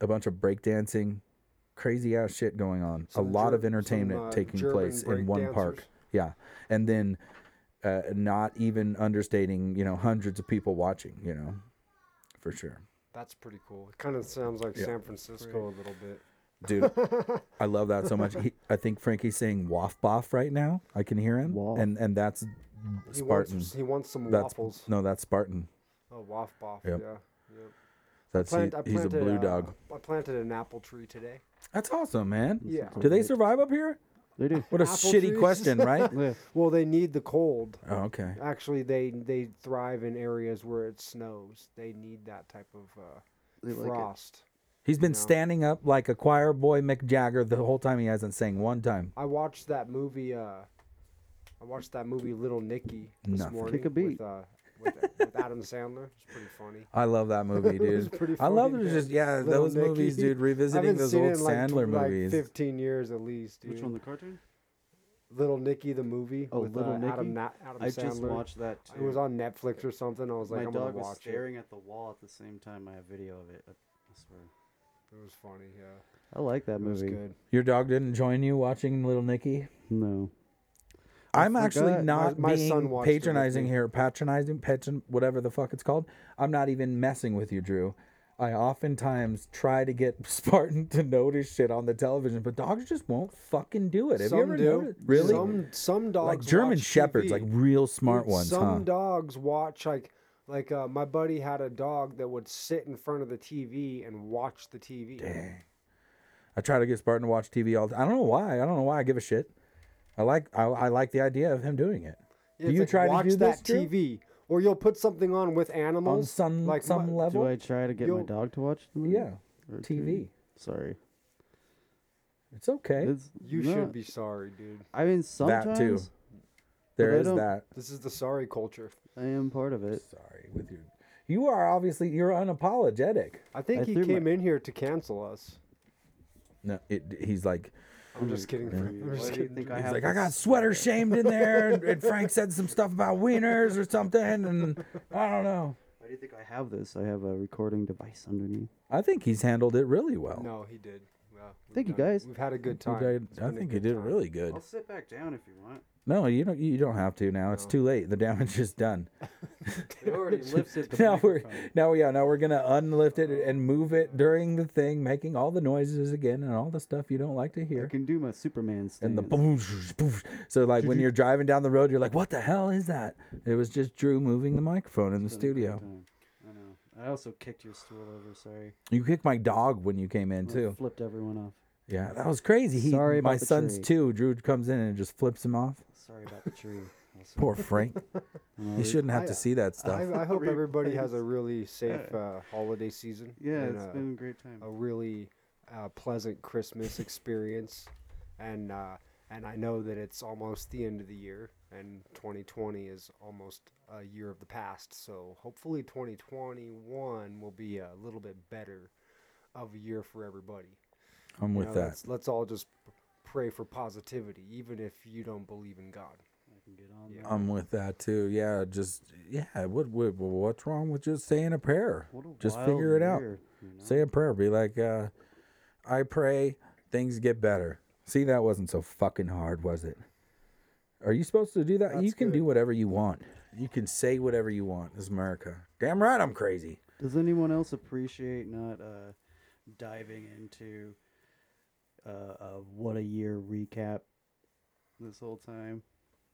C: a bunch of breakdancing, crazy ass shit going on,
D: Some
C: a lot
D: Ger-
C: of entertainment
D: some, uh,
C: taking
D: German
C: place in one park.
D: breakdancers.
C: Yeah. And then uh, not even understating, you know, hundreds of people watching, you know, for sure.
D: That's pretty cool. It kind of sounds like San Francisco a little bit.
C: Dude, I love that so much. He, I think Frankie's saying "waff boff" right now. I can hear him,
E: Waff.
C: and and that's
D: He
C: Spartan.
D: wants he wants some
C: That's
D: waffles.
C: no, that's Spartan.
D: Oh, waff boff.
C: Yep.
D: Yeah. Yep.
C: That's he-
D: Plant-
C: he's a blue
D: uh,
C: dog.
D: I planted an apple tree today.
C: That's awesome, man.
D: Yeah.
C: Do they survive up here?
E: They do.
C: What a
D: Apple
C: shitty
D: trees.
C: question, right?
E: Yeah.
D: Well, they need the cold.
C: oh, okay.
D: Actually, they they thrive in areas where it snows. They need that type of
E: They
D: uh,
E: like it.
D: frost.
C: He's been standing up like a choir boy Mick Jagger the whole time he hasn't sang one time.
D: I watched that movie. Uh, I watched that movie Little Nicky this
C: Nothing.
D: morning
E: Take a beat.
D: with uh, with, with Adam Sandler. It's pretty funny.
C: I love that movie, dude.
D: was pretty
C: I love
D: funny,
C: it. Just
D: dude.
C: yeah,
D: Little
C: those movies,
D: Nicky.
C: dude. Revisiting
D: haven't
C: those
D: seen
C: old
D: it in like,
C: Sandler
D: tw- like
C: movies.
D: Fifteen years at least, dude.
E: Which one? The cartoon?
D: Little Nicky the movie
E: Oh,
D: with
E: Little
D: uh, Adam,
E: Nicky?
D: Na- Adam
E: I
D: Sandler.
E: just watched that
D: It
E: too.
D: was on Netflix or something. I was like,
E: My
D: I'm gonna
E: dog was
D: watch it.
E: staring at the wall at the same time I have video of it. I, I swear.
D: It was funny. Yeah,
E: I like that
D: it was
E: movie.
D: good.
C: Your dog didn't join you watching Little Nicky.
E: No.
C: I'm actually
E: forgot.
C: not
D: My- my
C: being
D: son watched it with
C: patronizing
D: me.
C: here, patronizing, patron, whatever the fuck it's called. I'm not even messing with you, Drew. I oftentimes try to get Spartan to notice shit on the television, but dogs just won't fucking do it. Have
D: some
C: you ever
D: do.
C: noticed? Really?
D: Some some dogs
C: like German
D: watch
C: shepherds,
D: TV.
C: like real smart
D: Dude,
C: ones,
D: Some
C: huh?
D: dogs watch like like uh, my buddy had a dog that would sit in front of the TV and watch the TV.
C: I try to get Spartan to watch TV all. The, I don't know why. I don't know why I give a shit. I like I, I like the idea of him doing it.
D: Yeah,
C: do
D: it's
C: you
D: like,
C: try
D: watch
C: to do
D: that
C: this Drew?
D: TV? Or you'll put something on with animals
C: some-
D: like
C: some
D: my-
C: level?
E: Do I try to get my
D: You'll-
E: dog to watch the movie?
C: Yeah,
E: Or
C: TV.
E: Sorry.
C: It's okay.
E: It's
D: You
E: not-
D: should be sorry, dude.
E: I mean,
C: That
E: sometimes
C: too. there
E: I
C: is
E: don't-
C: that.
D: This is the sorry culture.
E: I am part of it.
C: Sorry with your. You are obviously you're unapologetic.
D: I think
E: I
D: he
E: threw my-
D: came in here to cancel us.
C: No, it, he's like
D: I'm just kidding. I'm just
E: Why do you
D: kidding.
E: think I
C: he's
E: have
C: like I got
E: this-
C: sweater shamed in there, and, and Frank said some stuff about wieners or something, and I don't know.
E: Why do you think I have this? I have a recording device underneath.
C: I think he's handled it really well.
D: No, he did. Yeah, we've
E: Thank you,
D: had a-
E: guys.
D: We've had a good
C: He
D: time.
C: did-
D: It's
C: I
D: been a
C: think he
D: good
C: did
D: time.
C: really good.
E: I'll sit back down if you want.
C: No, you don't. You don't have to now. It's too late. The damage is done.
E: They already lifted the
C: now we're
E: microphone.
C: now yeah now we're gonna unlift it and move it during the thing, making all the noises again and all the stuff you don't like to
E: I
C: hear.
E: can do my Superman stance.
C: And the boom, boom. So like when you're driving down the road, you're like, "What the hell is that?" It was just Drew moving the microphone in the studio.
E: I know. I also kicked your stool over. Sorry.
C: You kicked my dog when you came in
E: I
C: too.
E: Flipped everyone off.
C: Yeah, that was crazy. He,
E: Sorry about
C: my
E: the
C: son's
E: tree.
C: too. Drew comes in and just flips him off.
E: Sorry about the tree. Also,
C: Poor Frank.
E: I'm
C: he
E: always-
C: shouldn't have
D: I-
C: to see that stuff.
D: I, I hope everybody has a really safe uh, holiday season.
E: Yeah,
D: and,
E: it's
D: uh,
E: been a great time.
D: a really uh, pleasant Christmas experience, and uh, and I know that it's almost the end of the year, and 2020 is almost a year of the past. So hopefully 2021 will be a little bit better of a year for everybody.
C: I'm
D: You
C: with
D: know,
C: that.
D: let's, let's all just pray for positivity, even if you don't believe in God.
E: I can get on there.
C: I'm with that too. Yeah, just yeah. What, what what's wrong with just saying a prayer?
E: What a
C: just
E: wild
C: figure it out.
E: year, you know?
C: Say a prayer. Be like, uh, I pray things get better. See, that wasn't so fucking hard, was it? Are you supposed to do that? you can do whatever you want. You can say whatever you want. This is America. Damn right, I'm crazy.
E: Does anyone else appreciate not uh, diving into uh, a what a year recap this whole time?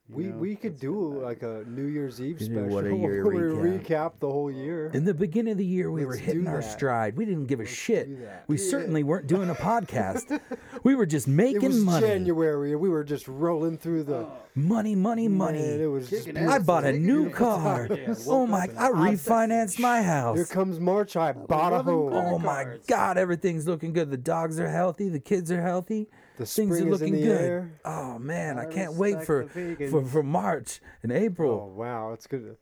E: You
D: we
E: know,
D: we could
E: that's been
D: do
E: nice.
D: like a New Year's Eve
C: You
D: special
C: do what a year
D: where we
C: recap.
D: recap the whole year.
C: In the beginning of the year, we were
D: Let's
C: hitting
D: do
C: our
D: that.
C: stride. We didn't give a shit.
D: do that.
C: We certainly weren't doing a podcast. we were just
D: It
C: making
D: was
C: money.
D: January, and we were just rolling through the.
C: Money, money, money.
D: Man, it was just
E: Kicking
C: I
E: ass.
C: bought a
E: Kicking
C: new
E: ass.
C: car.
E: Yeah,
C: Oh
E: woke
C: my!
E: up and
C: I refinanced my
D: Here
C: house.
D: comes March. I bought a
E: loving
D: home.
E: car.
C: Oh my
E: cards.
C: God! Everything's looking good. The dogs are healthy. The kids are healthy.
D: The
C: Things are
D: spring is in
C: looking
D: the
C: good.
D: air.
C: Oh man! I,
E: I
C: can't wait
E: respect
C: for,
E: the
C: for
E: vegans.
C: for March and
D: Oh
C: April.
D: wow, it's good.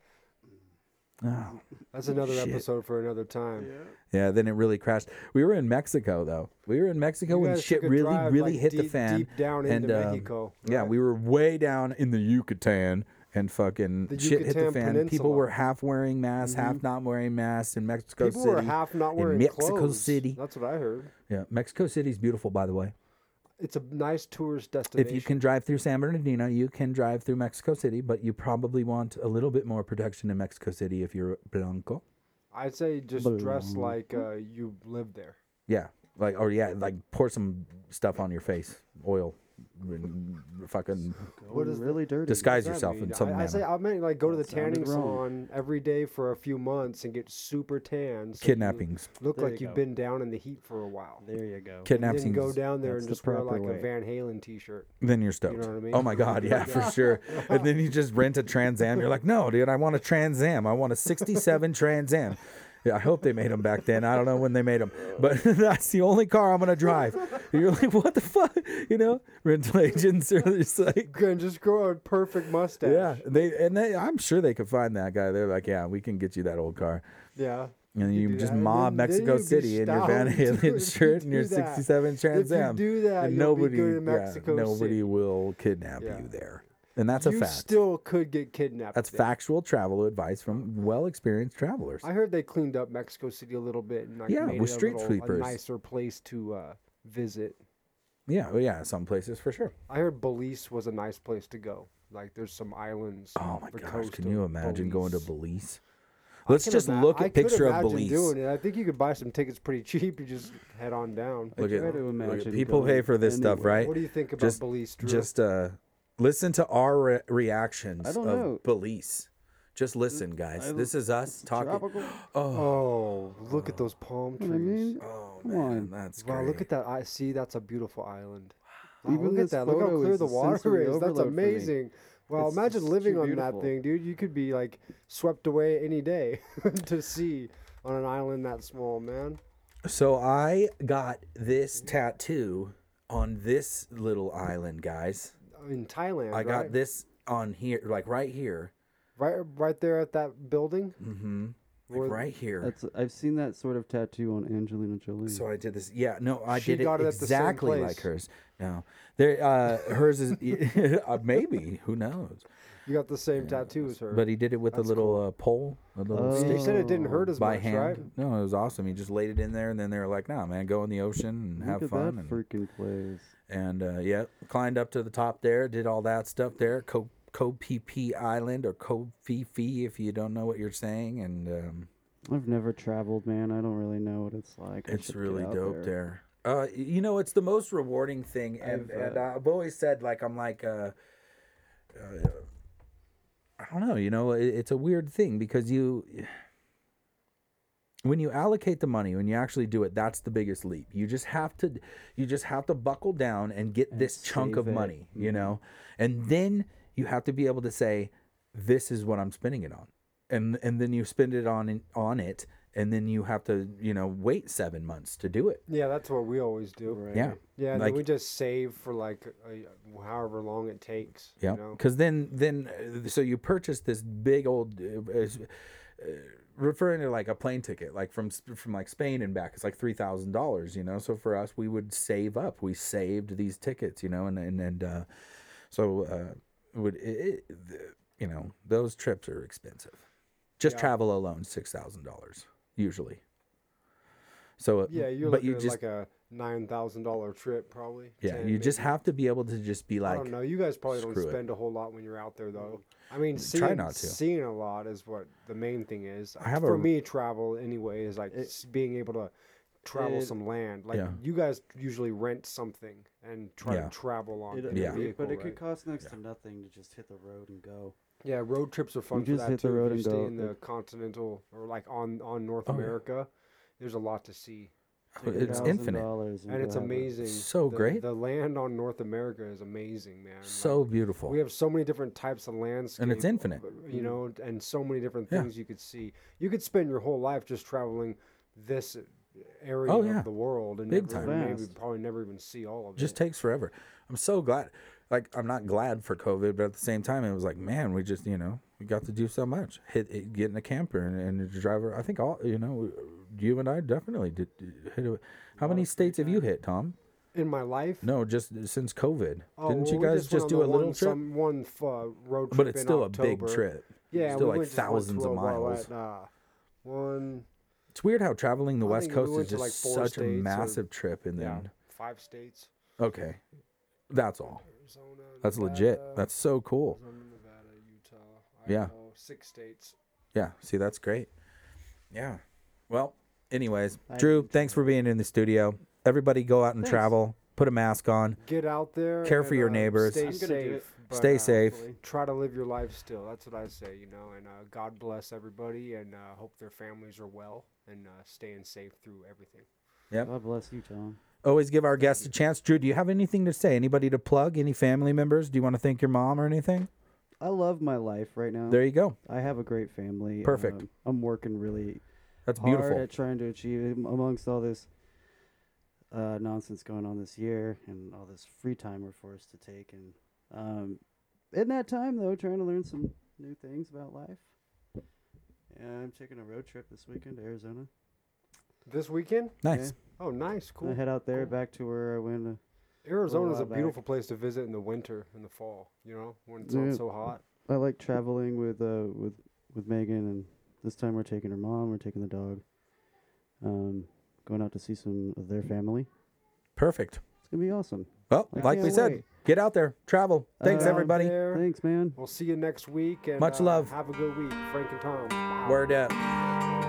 C: Oh.
D: That's another
C: Shit.
D: episode for another time.
C: Yeah. Then it really crashed. We were in Mexico though. We were in Mexico
D: You
C: when
D: guys
C: shit
D: took a
C: really,
D: drive,
C: really
D: like,
C: hit the
D: deep-
C: fan.
D: deep down
C: and,
D: into
C: um,
D: Mexico,
C: Yeah,
D: right?
C: we were way down in the Yucatan. And fucking
D: The
C: shit hit the
D: Yucatan
C: fan. People
D: Peninsula. Mm-hmm.
C: were half wearing masks, half not wearing masks in Mexico
D: People
C: City.
D: were half not wearing
C: in Mexico
D: clothes.
C: City.
D: That's what I heard.
C: Yeah, Mexico City's beautiful, by the way.
D: It's a nice tourist destination.
C: If you can drive through San Bernardino, you can drive through Mexico City, but you probably want a little bit more protection in Mexico City if you're blanco.
D: I'd say just dress like uh, you live there.
C: Yeah, like or yeah, like pour some stuff on your face, oil, fucking
E: What is really dirty?
C: disguise
D: Does that
C: yourself in
D: mean?
C: some
D: I, I say
C: manner.
D: I meant like go to the
E: sounded
D: tanning
E: wrong.
D: salon every day for a few months and get super tan. So you
C: Kidnappings.
D: Look
E: There
D: like
E: you
D: you have
E: go.
D: been down in the heat for a while.
E: There you go.
D: And
C: Kidnappings.
D: then go down there
E: That's
D: and
E: the
D: just wear
E: proper
D: like
E: way.
D: a Van Halen T-shirt.
C: then you're stoked.
D: know what I mean?
C: Oh my god, yeah, for sure. And then you just rent a Trans Am. You're like, no, dude, I want a Trans Am. I want a '67 Trans Am. Yeah, I hope they made them back then. I don't know when they made them, but that's the only car I'm gonna drive. You're like, what the fuck? You know, rental agents are just like,
D: And just grow a perfect mustache.
C: yeah, they and they. I'm sure they could find that guy. They're like, yeah, we can get you that old car.
D: Yeah.
C: And you,
D: do
C: just
D: that. And
C: mob
D: then- then
C: Mexico
D: you'd be
C: City in your Van
D: stoned if you
C: Halen shirt and your
D: do that.
C: '67 Trans
D: If you
C: Am.
D: do that,
C: and
D: you'll be
C: nobody,
D: good in
C: yeah,
D: Mexico
C: nobody
D: City.
C: will kidnap
D: Yeah.
C: you there, and that's a
D: you
C: fact.
D: still could get kidnapped.
C: That's
D: there.
C: factual travel advice from well experienced travelers.
D: I heard they cleaned up Mexico City a little bit and like
C: Yeah,
D: made
C: with
D: it a
C: street
D: little-
C: sweepers.
D: a nicer place to uh, visit.
C: yeah, oh yeah, some places for sure.
D: I heard Belize was a nice place to go. Like there's some islands.
C: Oh my
D: the
C: gosh,
D: coast
C: can
D: of
C: you imagine going to
D: Belize.
C: Belize?
D: I
C: Let's
D: can
C: just
D: ima-
C: look
D: I
C: at
D: could
C: picture of
D: imagine
C: Belize.
D: Doing it. I think you could buy some tickets pretty cheap. You just head on down.
C: Look at,
E: try to
C: look at-
E: imagine
C: people pay
E: going
C: for this stuff,
E: anywhere.
C: right?
D: What do you think about
C: just,
D: Belize, Drew?
C: Just uh, listen to our re- reactions
E: I don't
C: of
E: know.
C: Belize. Just listen, guys. This is us talking.
E: Tropical.
D: oh, look at those palm trees.
E: I mean,
C: Oh
E: Come
C: man,
E: on.
C: that's great.
D: wow, look at that. I see. That's a beautiful island. Wow,
E: Even
D: look
E: this
D: at that. Look how
E: photo
D: clear
E: is
D: the
E: a
D: water
E: sensory
D: is. That's
E: overload for me.
D: amazing. Wow,
E: It's-
D: imagine
E: it's
D: living
E: too
D: on
E: beautiful.
D: that thing, dude. You could be like swept away any day to sea on an island that small, man.
C: So I got this tattoo on this little island, guys.
D: Uh, In Thailand,
C: I got
D: right?
C: this on here, like right here,
D: right, right there at that building.
C: Mm. like
D: Or-
C: right here.
E: That's I've seen that sort of tattoo on Angelina Jolie.
C: So I did this. Yeah, no, I
D: She
C: did it,
D: got it at the same
C: exactly
D: place.
C: like hers. No, there, uh, hers is uh, maybe who knows,
D: You got the same tattoo as her.
C: but he did it with a little uh, pole, a little
E: Oh.
D: They
C: stick
D: said it didn't hurt as
C: by
D: much,
C: hand.
D: right?
C: No, it was awesome. He just laid it in there, and then they were like, "Nah, man, go in the ocean and
E: Look
C: have
E: at
C: fun."
E: that
C: and-
E: freaking place.
C: and uh, yeah, climbed up to the top there, did all that stuff there, Ko Kopipi Island or Kofifi if you don't know what you're saying, and um,
E: I've never traveled, man. I don't really know what it's like. I
C: it's
E: should get
C: really
E: out
C: dope there. Uh, y- you know, it's the most rewarding thing, and,
E: I've,
C: and I've always said like I'm like. Uh, I don't know. You know, it, it's a weird thing because you, when you allocate the money, when you actually do it, that's the biggest leap. You just have to, you just have to buckle down and get this chunk
E: save
C: of
E: it. Mm-hmm.
C: money. You know, and then you have to be able to say, this is what I'm spending it on, and and then you spend it on on it, and then you have to you know wait seven months to do it.
D: Yeah, that's what we always do. Right.
C: Yeah.
D: Yeah, and then
C: Like-
D: we just save for like a, however long it takes.
C: Yeah,
D: You know?
C: because then then uh, so you purchase this big old. Uh, uh, s- uh, referring to like a plane ticket like from Sp- from like spain and back it's like three thousand dollars you know so for us we would save up we saved these tickets you know and and, and uh so uh would it, it, the- you know those trips are expensive just travel alone six thousand dollars usually so uh,
D: Yeah, you're
C: but
D: looking
C: you
D: at
C: just
D: like a nine thousand dollar trip probably.
C: yeah
D: 10
C: you just
D: maybe.
C: have to be able to just be
D: I
C: like
D: don't know. You guys probably don't
C: screw it. Mm,
D: spend a whole lot when you're out there though. I mean,
C: Try
D: seeing,
C: not to.
D: seeing a lot is what the main thing is.
C: I have
D: for
C: a-
D: me travel anyway is like s being able to travel
E: It-
D: some land. Like
C: Yeah.
D: you guys usually rent something and try
C: Yeah.
D: to travel on.
E: It,
D: in a
C: yeah.
D: vehicle,
E: but it
D: right?
E: could cost next to nothing to just hit the road and go.
D: Yeah, road trips are fun for
E: just
D: that
E: hit the
D: too.
E: road
D: if
E: and
D: you stay
E: go.
D: in the continental or like on on North
C: Oh,
D: America, there's a lot to see,
C: it's infinite
E: $1,000
D: and
E: go
D: it's
E: have a-
D: amazing.
C: So
D: The-
C: great.
D: The land on North America is amazing, man. Like,
C: so beautiful
D: we have so many different types of landscape, uh,
C: infinite. Mm-hmm.
D: You know, and so many different
C: Yeah.
D: things you could see. You could spend your whole life just traveling this area
C: Oh, yeah.
D: of the world and
C: Big
D: never,
E: time.
D: maybe
E: Vast.
D: probably never even see all of
C: just
D: it.
C: takes forever. I'm so glad. Like I'm not glad for COVID, but at the same time, it was like, man, we just you know we got to do so much. Hit it, get in a camper and, and a driver. I think all you know, you and I definitely did. did Hit a, how many states have you hit, Tom?
D: in my life.
C: No, just since COVID.
D: Oh,
C: Didn't
D: well,
C: you
D: we
C: guys just,
D: went on
C: do
D: the
C: a little
D: one,
C: trip?
D: Some, one uh, road trip,
C: but it's
D: in
C: still a big
D: October.
C: trip.
D: Yeah,
C: still
D: we
C: like
D: went- just went
C: thousands
D: to
C: of
D: a while
C: miles.
D: at, uh, one,
C: It's weird how traveling the
D: I
C: West
D: think we
C: Coast
D: went
C: is
D: to,
C: just
D: like, four
C: such a
D: states or-
C: massive trip, and
D: yeah,
C: then
D: five states.
C: okay, that's all.
D: Arizona,
C: That's legit.
D: Nevada,
C: That's so cool.
D: Arizona, Nevada, Utah,
C: Yeah.
D: Idaho, six states.
C: Yeah. See, that's great. Yeah. Well, anyways, Drew, thanks for being in the studio. Everybody go out and travel. put a mask on.
D: Get out there.
C: Care for
D: and,
C: your
D: uh,
C: neighbors.
D: Stay
C: I'm
E: gonna do it.
D: safe. but,
C: Stay
D: uh,
C: safe.
E: hopefully.
D: Try to live your life still. That's what I say, you know. And uh, God bless everybody, and uh, hope their families are well and uh, staying safe through everything.
E: God bless you, Tom.
C: Always give our guests a chance. Drew, do you have anything to say? Anybody to plug? Any family members? Do you want to thank your mom or anything?
E: I love my life right now.
C: There you go.
E: I have a great family.
C: Perfect.
E: Um, I'm working really
C: That's
E: hard
C: beautiful.
E: at trying to achieve it amongst all this uh, nonsense going on this year and all this free time we're forced to take. And um, in that time, though, trying to learn some new things about life. Yeah, I'm taking a road trip this weekend to Arizona.
D: This weekend?
C: Nice.
D: Oh, nice,
E: I
D: cool.
E: head out there back to where I went. uh,
D: Arizona's
E: while
D: a
E: back.
D: beautiful place to visit in the winter, in the fall. You know, when it's
E: Yeah.
D: not so hot.
E: I like traveling with uh with with Megan, and this time we're taking her mom, we're taking the dog, um, going out to see some of their family.
C: Perfect.
E: It's gonna be awesome.
C: Well,
E: I
C: like we
E: can't
C: said,
E: wait.
C: get out there, travel. Thanks,
E: Uh,
D: Down
C: everybody.
D: there.
E: Thanks, man.
D: We'll see you next week. And,
C: Much
D: uh,
C: love.
D: Have a good week, Frank and Tom.
C: Word up.